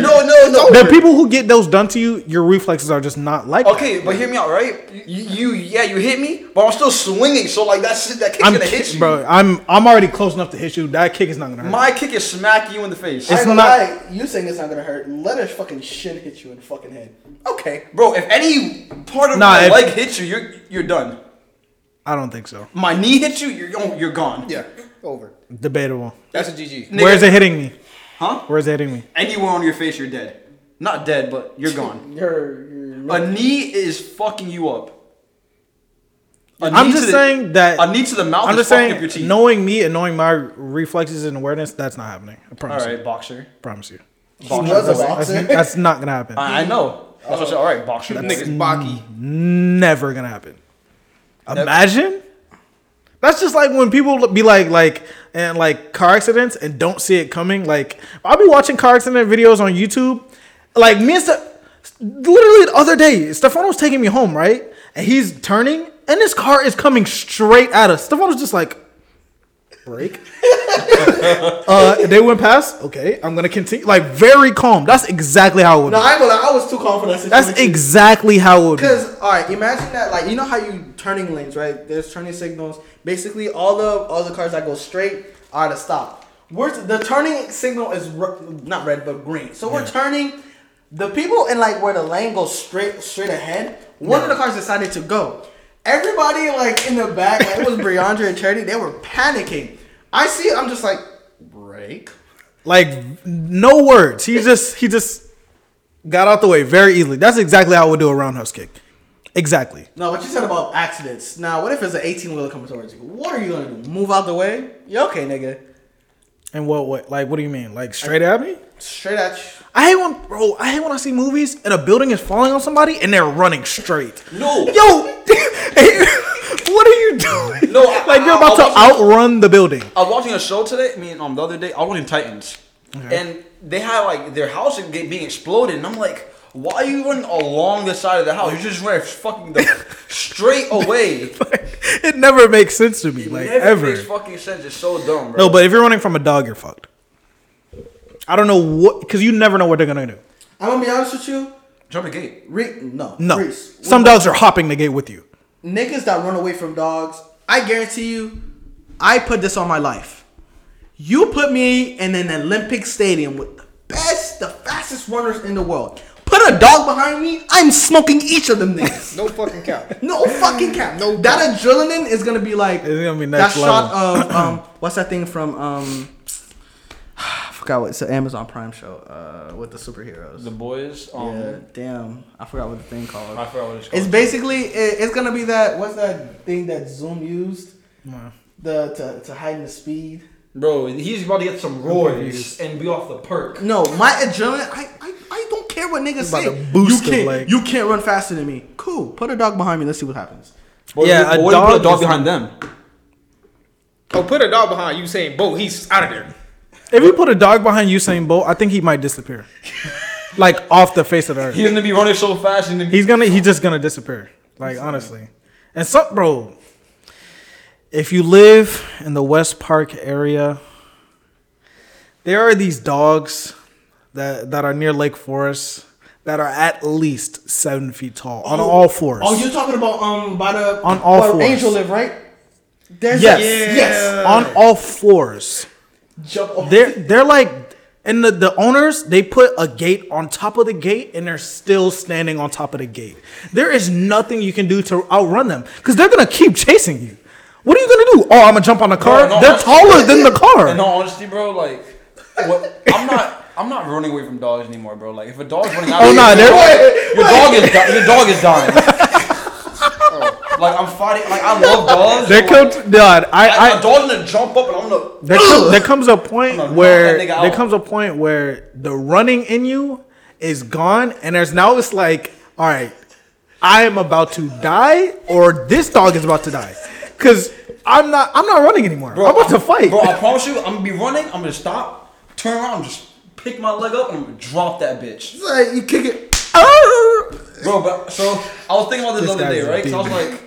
E: nobody.
B: No, no, no.
D: The people who get those done to you, your reflexes are just not like. that.
B: Okay, but hear me out, right? You, you yeah, you hit me, but I'm still swinging. So like that shit, that kick's
D: I'm
B: gonna
D: ki-
B: hit you,
D: bro. I'm I'm already close enough to hit you. That kick is not gonna hurt.
B: My kick is smack you in the face,
D: It's
A: I
D: not-
A: lie. You saying it's not gonna hurt? Let a fucking shin hit you in the fucking head. Okay.
B: bro. If any part of
D: Nah,
B: my
D: if-
B: leg hits you, you're you're done.
D: I don't think so.
B: My knee hits you, you're oh, you're gone.
E: Yeah, over.
D: Debatable.
E: That's a GG.
B: Nigga,
D: Where's it hitting me?
B: Huh?
D: Where's it hitting me?
B: Anywhere on your face, you're dead. Not dead, but you're gone.
A: You're, you're
B: A knee is fucking you up. A
D: I'm
B: knee
D: just
B: to the-
D: saying that-
B: a knee to the mouth.
D: I'm
B: is
D: just
B: fucking up your
D: saying,
B: teeth.
D: knowing me and knowing my reflexes and awareness, that's not happening. I
B: All
D: promise you.
B: right, boxer.
D: Promise you.
A: he was
B: Boxer.
A: a
B: That's-
D: That's,
A: boxer.
D: that's not gonna happen.
B: I, I know. That's what I said. All right, boxer.
E: Niggas Baki.
D: Never gonna happen. Imagine. That's just like when people be like, like, and like car accidents and don't see it coming. Like, I'll be watching car accident videos on YouTube. Like me and Ste- literally the other day, Stefan was taking me home, right? And he's turning, and this car is coming straight at us. Stefan was just like, break. uh, they went past. Okay, I'm gonna continue. Like very calm. That's exactly how it would.
A: No,
D: Be.
A: I ain't gonna. lie, I was too calm for that situation.
D: That's exactly how it would. Be.
A: Because all right, imagine that like you know how you turning lanes right? There's turning signals. Basically, all the all the cars that go straight are to stop. We're the turning signal is r not red but green. So we're turning. The people in like where the lane goes straight straight ahead. One of the cars decided to go. Everybody like in the back, like, it was Briandra and Charity. They were panicking. I see it. I'm just like break.
D: Like no words. He just he just got out the way very easily. That's exactly how I would do a roundhouse kick. Exactly.
A: No, what you said about accidents. Now, what if it's an 18 wheeler coming towards you? What are you gonna do? Move out the way? You okay, nigga?
D: And what what like what do you mean? Like straight at me?
A: Straight at you.
D: I hate when bro, I hate when I see movies and a building is falling on somebody and they're running straight.
B: No.
D: Yo What are you doing?
B: No, I-
D: like you're about
B: I-
D: to outrun the building.
B: I was watching a show today. I mean, um, the other day I was watching Titans, and they had like their house is get- being exploded, and I'm like, why are you running along the side of the house? You just ran fucking the, straight away.
D: it never makes sense to me. Like
B: Never
D: ever.
B: makes fucking sense. It's so dumb, bro.
D: No, but if you're running from a dog, you're fucked. I don't know what because you never know what they're gonna do.
A: I'm gonna be honest with you.
B: jump a gate.
A: Re- no,
D: No.
A: Reese,
D: Some dogs are hopping the gate with you.
A: niggas that run away from dogs. I guarantee you, I put this on my life. You put me in an Olympic stadium with the best, the fastest runners in the world. Put put a dog behind me, I'm smoking each of them things.
E: No fucking cap.
A: No fucking cap.
E: No
A: that adrenaline is gonna be like
D: It's gonna be
A: that
D: next
A: shot
D: level.
A: of um what's that thing from um I forgot what it's an Amazon Prime show uh with the superheroes.
B: The boys. Um,
A: yeah, damn, I forgot what the thing called.
B: I forgot what it's called.
A: It's basically it, it's gonna be that what's that thing that Zoom used the to to hide the speed.
B: Bro, he's about to get some roars and be off the perk.
A: No, my adrenaline. I, I, I don't care what niggas say.
D: about to boost
A: you
D: him,
A: can't
D: like-
A: you can't run faster than me. Cool. Put a dog behind me. Let's see what happens.
B: Or
D: Yeah,
B: you- or
D: a
B: you put
D: dog
B: a dog
D: is-
B: behind them.
E: Oh, put a dog behind you saying, "Bo, he's out of there."
D: If you put a dog behind Usain Bolt, I think he might disappear. like off the face of the earth.
B: He's gonna be running so fast and then
D: He's gonna he's just gonna disappear. Like honestly. And so bro, if you live in the West Park area, there are these dogs that that are near Lake Forest that are at least seven feet tall on all fours.
A: Oh, you're talking about um by the
D: On all
A: where
D: fours.
A: Angel live right? There's
D: Yes.
A: a-
D: Yeah.
A: yes.
D: on all fours.
A: Jump off.
D: They're they're like and the, the owners they put a gate on top of the gate and they're still standing on top of the gate. There is nothing you can do to outrun them because they're gonna keep chasing you. What are you gonna do? Oh, I'm gonna jump on the car.
B: No, no,
D: they're
B: I'm-
D: taller than the car.
B: In all honesty, bro, like, what, I'm not, I'm not running away from dogs anymore, bro. Like, if a dog's running out,
D: Oh,
B: of
D: nah,
B: your,
D: they're-
B: your dog is di- your dog is dying. Like, I'm fighting. Like, I love dogs.
D: There
B: but, like,
D: comes God,
B: I,
D: I,
B: a
D: I
B: dog's gonna jump up and I'm gonna.
D: there, come- there comes a point
B: gonna knock
D: where
B: that nigga
D: there
B: out.
D: comes a point where the running in you is gone and there's now it's like all right, I am about to die or this dog is about to die because. I'm not. I'm not running anymore. I'm about to fight.
B: Bro, I promise you, I'm gonna be running. I'm gonna stop, turn around, just pick my leg up, and I'm gonna drop that bitch.
A: Like, you kick it.
B: Bro, but so I was thinking about this,
D: This
B: the other
D: guy's
B: day,
D: a
B: right? 'Cause I was
D: demon.
B: like,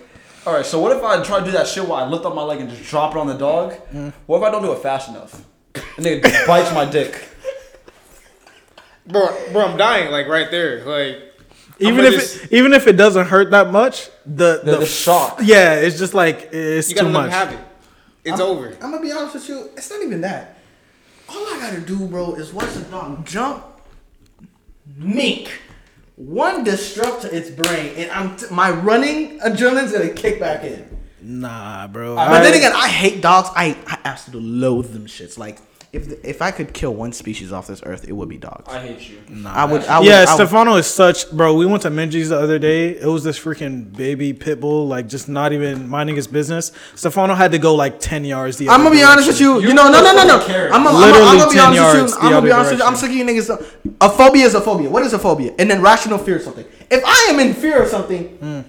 B: all right, so what if I try to do that shit where I lift up my leg and just drop it on the dog?
D: Mm.
B: What if I don't do it fast enough? And nigga just bites my dick.
E: Bro, bro, I'm dying like right there. Like
D: even
E: gonna
D: if
E: just-
D: it, even if it doesn't hurt that much, the
B: The, the shock.
D: yeah, it's just like it's
E: you
D: too
E: gotta let him
D: much.
E: have it. It's over.
A: I'm gonna be honest with you. It's not even that. All I gotta do, bro, is watch the dog jump, mink, one disrupt to its brain, and I'm t- my running adrenaline's gonna kick back in.
D: Nah, bro.
A: But then
D: I-
A: again, I hate dogs. I, I absolutely loathe them shits. Like if if I could kill one species off this earth, it would be dogs.
B: I hate you.
A: I would. I would
D: yeah,
A: I would-
D: Stefano is such bro. We went to Minji's the other day. It was this freaking baby pit bull, like just not even minding his business. Stefano had to go like ten yards. The
A: I'm
D: other
A: gonna be honest with you. You, know, no, no, no, no.
B: don't care.
A: I'm gonna,
D: Literally
A: I'm gonna, I'm gonna be
D: 10
A: honest
D: yards
A: with you.
D: the
A: I'm gonna be
D: other
A: honest with you. I'm sick of you niggas. A phobia is a phobia. What is a phobia? And then rational fear of something. If I am in fear of something,
D: Hmm.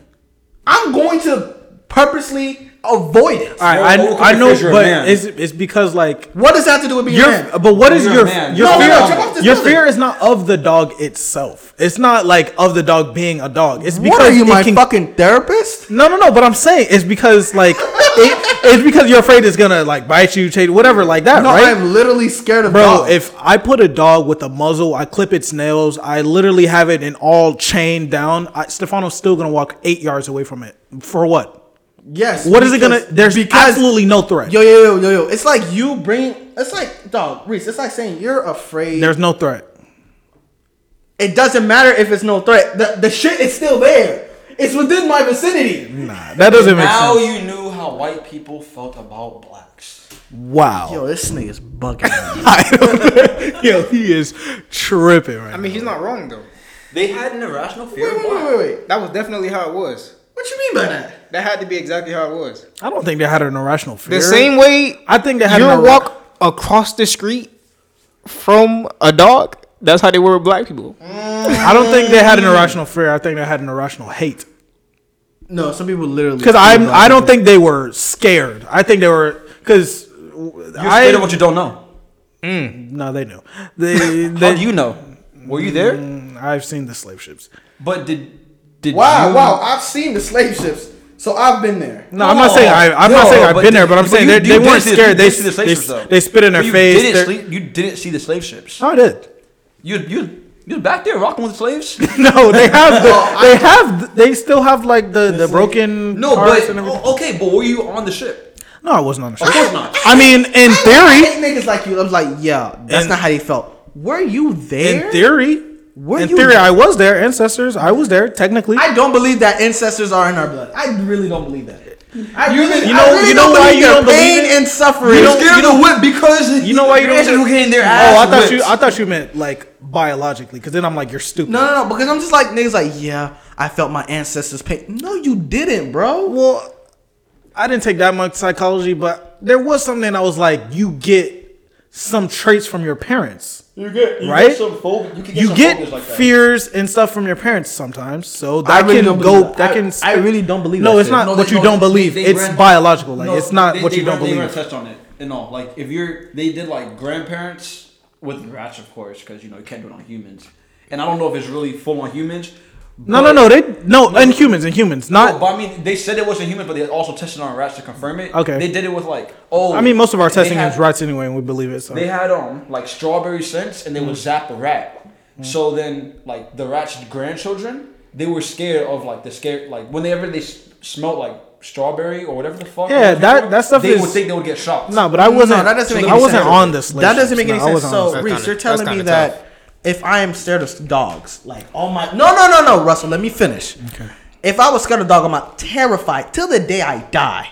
A: I'm going to purposely avoid it.
D: All right, I,
B: Well, well,
D: I know,
B: because you're a man.
D: but it's it's because like
A: What does that have to do with being a man?
D: your but what is
B: You're a
D: your
B: man.
D: your
B: No, no,
D: fear?
B: no, jump
A: off this
D: your
A: building.
D: fear is not of the dog itself. It's not like of the dog being a dog. It's because
A: What are you,
D: it
A: my
D: can
A: fucking therapist?
D: No, no, no. But I'm saying it's because like it, it's because you're afraid it's gonna like bite you, chase whatever like that,
A: No,
D: right?
A: I'm literally scared of
D: Bro,
A: dogs.
D: if I put a dog with a muzzle, I clip its nails, I literally have it in all chained down. I, Stefano's still gonna walk eight yards away from it. For what?
A: yes.
D: What is
A: because-
D: it gonna? There's absolutely no threat.
A: Yo, yo, yo, yo, yo. It's like you bringing. It's like dog, Reese. It's like saying you're afraid.
D: There's no threat.
A: It doesn't matter if it's no threat. The, the shit is still there. It's within my vicinity.
D: Nah, that doesn't make
B: Now
D: sense.
B: you knew how white people felt about blacks.
D: Wow.
A: Yo, this nigga's bugging.
D: Yo, he is tripping right
E: I mean, he's not wrong though.
B: They had an irrational fear
A: wait,
B: of
A: wait,
B: blacks.
A: wait, wait, wait.
E: That was definitely how it was.
A: What you mean by that?
E: That had to be exactly how it was.
D: now. I don't think they had an irrational fear.
C: The same way
D: I think they had
C: you
D: an irra-
C: walk across the street from a dog. That's how they were with black people.
D: I don't think they had an irrational fear. I think they had an irrational hate.
A: No, some people literally.
D: Because I'm, I don't think they were scared. I think they were because
B: You're scared of
D: I
B: what you don't know.
D: no, they knew. They,
B: How
D: they Mm.
B: do you know? Were you there?
D: I've seen the slave ships.
B: But did did
A: Wow,
B: you,
A: wow. I've seen the slave ships, so I've been there.
D: No, I'm not saying I, I'm not
B: No,
D: saying I've
B: but
D: been
B: did-
D: there, but I'm saying
B: you-
D: they,
B: you
D: they
B: did
D: weren't
B: see the-
D: scared.
B: you
D: They
B: did see the slave
D: they,
B: ships, though.
D: they spit in their
B: But you
D: face.
B: Didn't
D: they're-
B: sleep- you didn't see the slave ships.
D: No, I did.
B: You you you was back there rocking with the slaves.
D: No, they have.
B: Oh,
D: The, they have. They still have like the, the broken.
B: No,
D: parts
B: but
D: and everything.
B: oh, okay, but were you on the ship?
D: no, I wasn't on the
B: Of
D: ship.
B: course not.
D: I mean, in
A: I
D: theory,
A: hate niggas like you. I'm like, yeah, that's
D: And-
A: not how they felt. Were you there?
D: in theory,
B: Were
D: in
B: you-
D: theory, I was there. Ancestors, I was there. Technically,
A: I don't believe that ancestors are in our blood. I really don't believe that. I
B: You-
A: really,
B: you
A: I
D: know-
A: really
D: you know
A: don't
D: why
A: believe
D: you
A: their
D: don't believe
A: pain
D: it?
A: and suffering.
B: You scared of the whip because
D: you know why you don't.
B: Ancestors were getting their
D: oh,
B: ass
D: I thought you.
B: whipped.
D: I thought you meant like biologically, because then I'm like, you're stupid.
A: No, no, no. Because I'm just like niggas. Like, yeah, I felt my ancestors' pain. No, you didn't, bro.
D: Well, I didn't take that much psychology, but there was something I was like, you get some traits from your parents.
E: You get you
D: Right?
E: Get some phob- you can get,
D: You
E: some
D: get
E: phobias like that.
D: fears and stuff from your parents sometimes, so that
A: really
D: can
A: don't
D: go.
A: believe
D: That,
A: that. I-
D: can.
A: I really don't believe
D: No,
A: that
D: it's
A: shit.
D: not
B: No,
D: what
B: they-
D: you
B: no,
D: don't
B: they-
D: believe.
B: they
D: it's
B: ran-
D: biological. Like
B: No,
D: it's not
B: they-
D: what
B: they
D: you don't
B: ran- They
D: believe.
B: ran a test on it and all. Like if you're, they did like grandparents with rats, of course, because you know you can't do it on humans. And I don't know if it's really full on humans.
D: No, no, no. They no, in humans, in humans,
A: Oh,
B: No,
D: not.
B: but I mean, they said it wasn't human, but they also tested on rats to confirm it.
D: Okay.
B: They did it with like, oh.
D: I mean, most of our
B: they
D: testing
B: had-
D: is rats anyway, and we believe it. So
B: They had um like strawberry scents, and they would zap a rat. So then, like the rat's grandchildren, they were scared of like the scare, like whenever they s- smelled like strawberry or whatever the fuck. it
D: Yeah,
B: was
D: that-
B: before,
D: that stuff
B: They
D: is-
B: would think they would get shocked.
D: no, but I wasn't.
A: No, that doesn't make
D: I
A: any
D: wasn't
A: sense.
D: on this list.
A: That doesn't make any
D: No, I
A: sense.
D: wasn't on
A: So,
D: this list.
A: Reese,
F: kinda-
A: you're telling
F: that's
A: me
F: kinda
A: that if I am scared of dogs, like all my no, no, no, no, Russell, let me finish. Okay. If I was scared of dog, I'm not terrified till the day I die.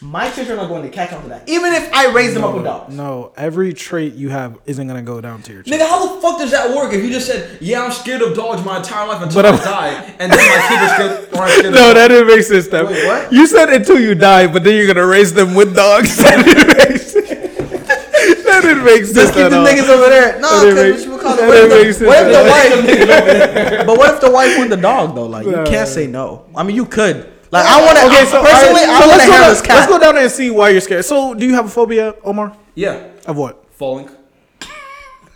A: My children are going to catch on to that, even if I raise them up with dogs.
D: no, every trait you have isn't gonna go down to your.
B: Nigga, how the fuck does that work? If you just said, "Yeah, I'm scared of dogs my entire life until
D: But
B: I
D: I'm-
B: die," and then my kid is scared, or I'm scared of
D: No,
B: dogs.
D: that didn't make sense. That
A: what?
D: you said until you die, but then you're gonna raise them with dogs. That didn't make sense. That didn't make sense.
A: Just keep
D: at
A: the
D: all.
A: niggas over there. No,
D: That
A: because
D: didn't
A: what you
D: make-
A: would call it?
D: that
A: What
D: didn't
A: if
D: make
A: the,
D: sense
A: what
D: at all.
A: if the wife? but what if the wife with the dog though? Like you can't say no. I mean, you could. Like I want to.
D: Okay, so
A: personally,
D: all right,
A: I
D: so
A: want
D: let's
A: to
D: go
A: have
D: down,
A: this cat.
D: Let's go down and see why you're scared. So, do you have a phobia, Omar?
B: Yeah,
D: Of what?
B: falling from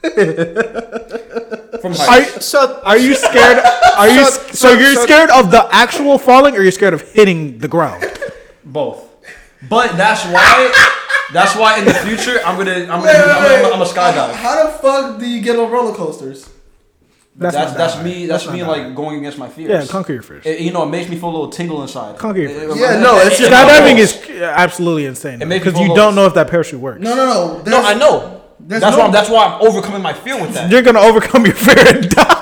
D: Are,
B: heights.
D: are you scared? Are you so you're scared of the actual falling, or you're scared of hitting the ground?
B: both. But that's why. That's why in the future I'm gonna I'm gonna, I'm, gonna, I'm, gonna, I'm skydive.
A: How the fuck do you get on roller coasters?
D: That's
B: That's
D: not
B: that's
D: bad.
B: me. That's,
D: That's
B: me
D: not
B: like going against my fears.
D: Yeah, conquer your fears.
B: It, you know, it makes me feel a little tingle inside.
D: Conquer your
B: It-
D: fears.
B: it-
A: Yeah, no, it's just-
D: Skydiving is absolutely insane
B: makes
D: because
B: me
D: you
B: fall
D: don't
B: off.
D: know if that parachute works.
A: No, no, no.
B: No,
A: There's-
B: I know.
A: there's
B: That's why.
A: no-
B: I'm, that's why I'm overcoming my fear with that.
D: You're gonna overcome your fear and die.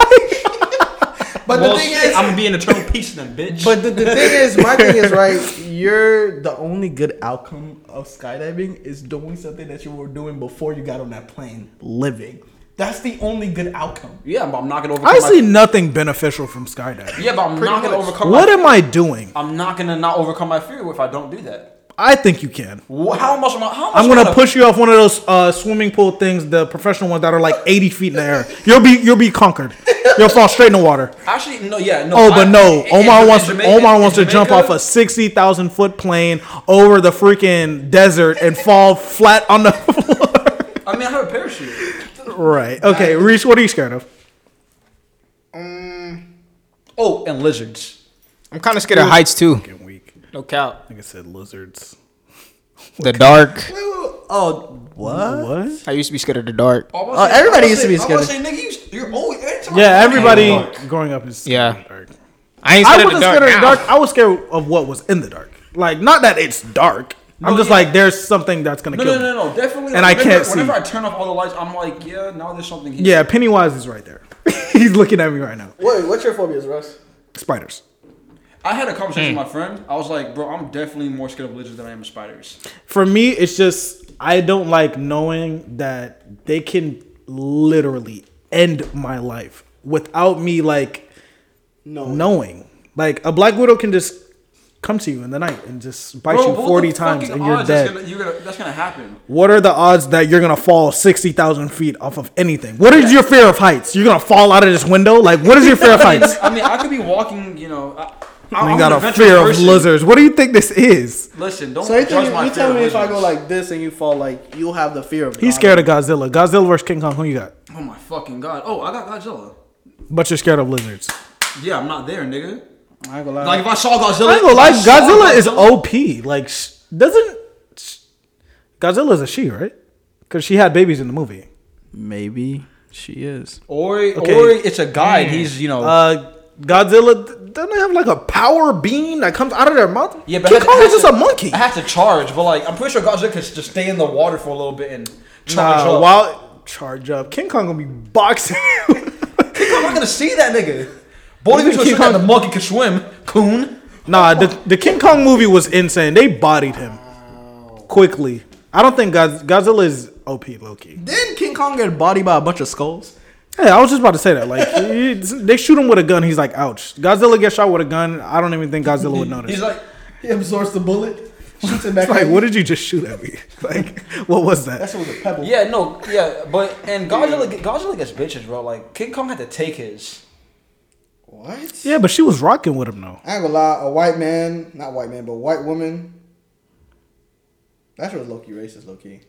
A: But
B: Well,
A: the thing
B: shit,
A: is,
B: I'm gonna be in eternal peace then, bitch.
A: but the, the thing is, my thing is right. You're the only good outcome of skydiving is doing something that you were doing before you got on that plane, living. That's the only good outcome.
B: yeah, but I'm not gonna overcome.
D: I
B: my-
D: see nothing beneficial from skydiving.
B: Yeah, but I'm not gonna
A: much.
B: overcome.
D: What
B: my,
D: am I doing?
B: I'm not gonna not overcome my fear if I don't do that.
D: I think you can.
B: Wh- How much am I? How much
D: I'm gonna
B: am I-
D: push you off one of those uh, swimming pool things, the professional ones that are like 80 feet in the air. You'll be you'll be conquered. You'll fall straight in the water.
B: Actually, no. Yeah, no.
D: Oh, but
B: I-
D: no,
B: in-
D: Omar
B: in
D: wants
B: Jamaica-
D: Omar wants to
B: in
D: jump
B: Jamaica,
D: off a sixty thousand foot plane over the freaking desert and fall flat on the floor.
B: I mean, I have a parachute.
D: right. Okay, Reese, what are you scared of?
B: Oh, and lizards.
C: I'm kind of scared of heights too.
D: Weak.
F: No cap.
D: Like I said, lizards.
C: The dark.
A: Oh, what?
D: What?
C: I used to be scared of the dark.
B: Oh,
A: Uh, everybody used to be
B: I'm
A: scared.
B: saying, nigga, you, you're always. every time I
D: Yeah,
B: see you,
D: everybody
B: you're dark.
D: growing up is
C: Yeah.
D: Dark.
C: I ain't
D: I
C: scared of the
D: wasn't
C: dark.
D: scared of the
C: now.
D: dark. I was scared of what was in the dark. Like, not that it's dark. I'm just
B: yeah.
D: like, there's something that's gonna
B: No,
D: kill
B: no,
D: me.
B: no, no, definitely.
D: And
B: like,
D: I
B: whenever,
D: can't see.
B: Whenever I turn off all the lights, I'm like, yeah, now there's something here.
D: Yeah, Pennywise is right there. He's looking at me right now.
A: Wait, what's your phobias, Russ?
D: Spiders.
B: I had a conversation with my friend. I was like, bro, I'm definitely more scared of lizards than I am of spiders.
D: For me, it's just I don't like knowing that they can literally end my life without me like
A: No.
D: knowing. Like a black widow can just come to you in the night and just bite
B: Bro,
D: you
B: what the
D: forty times
B: fucking
D: and you're
B: odds that's
D: dead.
B: gonna- you're gonna- that's gonna happen.
D: What are the odds that you're gonna fall sixty thousand feet off of anything? What is your fear of heights? You're gonna fall out of this window? Like what is your fear of heights?
B: I mean, I could be walking, you know. I,
D: I
B: I,
D: ain't
B: I'm an
D: got a
B: adventurous
D: fear of
B: person.
D: lizards. What do you think this is?
B: Listen, don't
A: So you,
B: judge
A: think, you,
B: my
A: you
B: fear
A: tell
B: of
A: me if I go
B: lizards.
A: like this and you fall, like you'll have the fear of.
D: He's scared of Godzilla. Godzilla versus King Kong. Who you got?
B: Oh my fucking god! Oh, I got Godzilla.
D: But you're scared of lizards.
B: Yeah, I'm not there, nigga.
A: I ain't gonna lie.
B: Like if I saw Godzilla,
D: I ain't gonna
B: if I
D: lie,
B: saw
D: Godzilla is OP. Like, sh- doesn't sh- Godzilla's a she, right? Because she had babies in the movie.
A: Maybe she is.
B: Or,
D: Okay. Mm.
B: or it's a guy. and He's you know.
D: Uh, Godzilla th- doesn't they have like a power beam that comes out of their mouth.
B: yeah, but
D: King
B: I had to-
D: Kong
B: I had
D: is just
B: to-
D: a monkey.
B: I have to charge, but like I'm pretty sure Godzilla could just stay in the water for a little bit and charge
D: Nah,
B: up.
D: while charge up, King Kong gonna be boxing. King Kong
B: to see that nigga. Both of you should
D: King
B: have said that
D: Kong-
B: the monkey could swim. Coon.
D: Nah, the, the King Kong movie was insane. They bodied him quickly. I don't think Godz- Godzilla is OP low key.
A: Didn't King Kong get bodied by a bunch of skulls?
D: Hey, I was just about to say that. Like, he- they shoot him with a gun. He's like, ouch. Godzilla gets shot with a gun. I don't even think Godzilla would notice.
E: He's like, he absorbs the bullet, shoots it back.
D: like, what did you just shoot at me? Like, what was that?
E: That's what was a pebble.
B: Yeah, no, yeah, but and Godzilla, Godzilla gets bitches, bro. Like King Kong had to take his.
E: What?
D: Yeah, but she was rocking with him though.
E: I ain't gonna lie, a white man, not white man, but white woman. That's what low key racist, low key.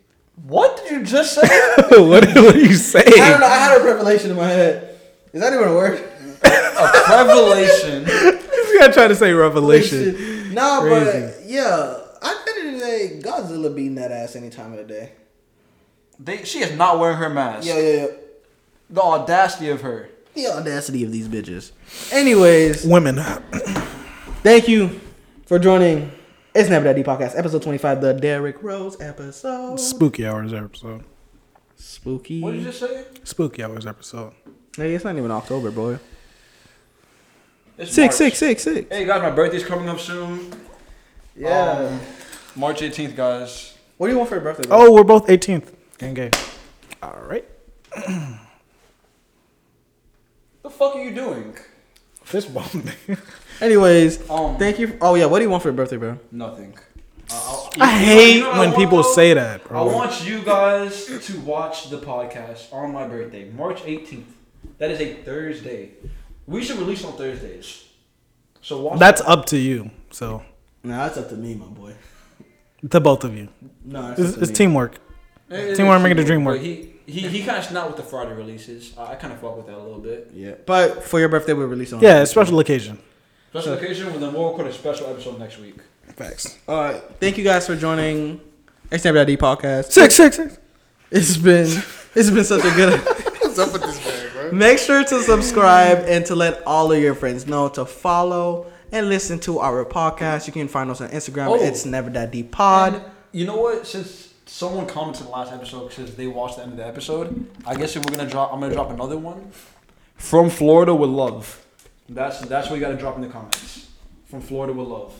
B: What did you just say?
D: what, what are you
E: I don't
D: saying?
E: know. I had a revelation in my head. Is that even a word?
B: a revelation.
D: You gotta try to say revelation.
E: no, but
D: Crazy.
E: yeah, I couldn't say Godzilla beating that ass any time of the day.
B: They, she is not wearing her mask.
E: Yeah, yeah, yeah.
B: The audacity of her.
A: The audacity of these bitches. Anyways,
D: Women.
A: thank you for joining. It's Never That Deep Podcast, episode 25, the Derrick Rose episode.
D: Spooky hours episode.
A: Spooky.
B: What did you just say?
D: Spooky hours episode.
A: Hey, it's not even October, boy.
B: It's
A: Six,
B: March.
A: six, six, six.
B: Hey guys, my birthday's coming up soon.
E: Yeah.
B: Um, March 18th, guys.
A: What do you want for your birthday?
D: Oh, we're both 18th. Gang gang. All right.
B: The fuck are you doing?
D: Fist bump. man.
A: Anyways,
B: Um,
A: thank you. Oh, yeah, what do you want for your birthday, bro?
B: nothing. Uh, I'll-
D: I hate
B: You know what I
D: when
B: want,
D: people
B: though?
D: say that,
B: I
D: bro.
B: want you guys to watch the podcast on my birthday, March 18th. That is a Thursday. We should release on Thursdays. So watch.
D: That's up to you. So
E: Nah, that's up to me, my boy.
D: to both of you.
E: No, that's
D: It's,
E: up to
D: it's
E: me.
D: teamwork.
B: It- it-
D: Teamwork
B: it's
D: making the
B: true,
D: dream
B: but
D: work.
B: He he, he kind of snuck with the Friday releases. I, I kind of fuck with that a little bit.
A: Yeah. But for your birthday, we release on.
D: Yeah, it's special occasion.
B: Special occasion, and then we'll record a special episode next week.
D: Facts.
A: All right. Thank you guys for joining. It's Never That Deep Podcast.
D: Six six six.
A: It's been it's been such a good.
F: What's up with this guy, bro?
A: Make sure to subscribe and to let all of your friends know to follow and listen to our podcast. You can find us on Instagram.
B: Oh.
A: It's Never That Deep Pod.
B: And you know what? Since someone commented in the last episode, since they watched the end of the episode, I guess if we're gonna drop, I'm gonna drop another one. From Florida with love. That's that's what you gotta drop in the comments. From Florida with love.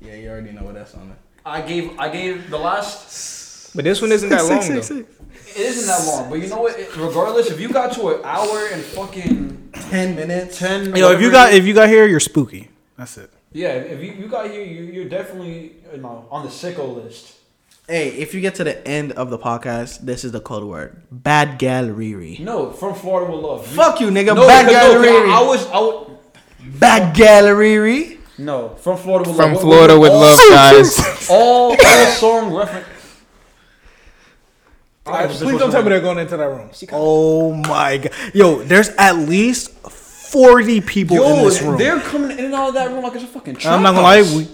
E: Yeah, you already know what that's on it.
B: I gave I gave the last.
C: But this one isn't that long though.
B: It isn't that long, but you know what? It- regardless, if you got to an hour and fucking
E: Ten minutes.
B: ten.
D: Yo, if
B: whatever
D: you
B: it
D: got
B: is-
D: if you got here, you're spooky. That's it.
B: Yeah, if you, you got here, you, you're definitely you know, on the sicko list.
A: Hey, if you get to the end of the podcast, this is the code word. Bad gallery.
B: No, from Florida with love. You-
A: Fuck you, nigga.
B: no,
A: bad
B: no,
A: gallery.
B: I, I was I was
A: bad gallery.
B: no from Florida with
C: From
B: love.
C: Florida with
B: all,
C: love, guys.
B: All all song reference.
D: they're going into that room. Oh my god. Yo, there's at least 40 people in
B: Yo,
D: this room.
B: they're coming in and out of that room like it's a fucking. Trap
D: I'm not gonna lie,
B: house.
D: we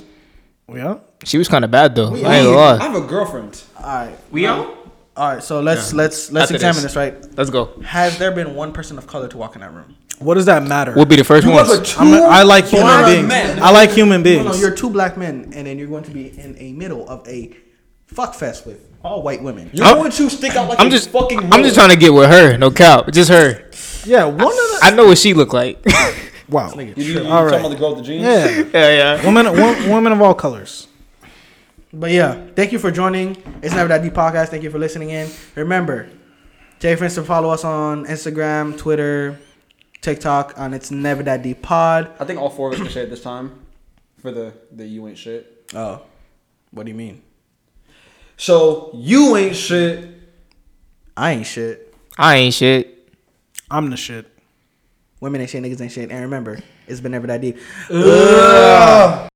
D: we out.
C: She was kind of bad though.
B: We-
C: I ain't gonna
B: I
C: lie.
B: have a girlfriend.
A: All right.
C: We out?
A: All right, so let's let's let's
C: After
A: examine
C: this.
A: this, right?
C: Let's go.
A: Has there been one person of color to walk in that room?
D: What does that matter?
C: We'll be the first
B: You have a
C: ones.
B: two.
D: I'm a, I like human
B: black
D: beings.
B: men.
D: I like human
A: No, no,
D: beings.
A: you're two black men, and then you're going to be in a middle of a fuck fest with all white women.
B: You're
C: I'm-
B: going to stick out like
C: I'm
B: a
C: just
B: fucking.
C: I'm just trying to get with her. No cap. Just her.
D: yeah, one of the
C: I know what she looked like. yeah,
D: wow.
B: You, you, you
D: All
B: talking
D: right.
B: about the girl with the jeans?
D: Yeah,
C: yeah.
D: women, wo- women of all colors.
A: But yeah, thank you for joining. It's Never That Deep Podcast. Thank you for listening in. Remember, Jay friends to follow us on Instagram, Twitter, TikTok, on It's Never That Deep Pod.
B: I think all four of us can say it this time for the the you ain't shit.
A: Oh, what do you mean?
B: So you ain't shit.
A: I ain't shit.
C: I ain't shit.
D: I'm the shit.
A: Women ain't shit, niggas ain't shit. And remember, it's been Never That Deep.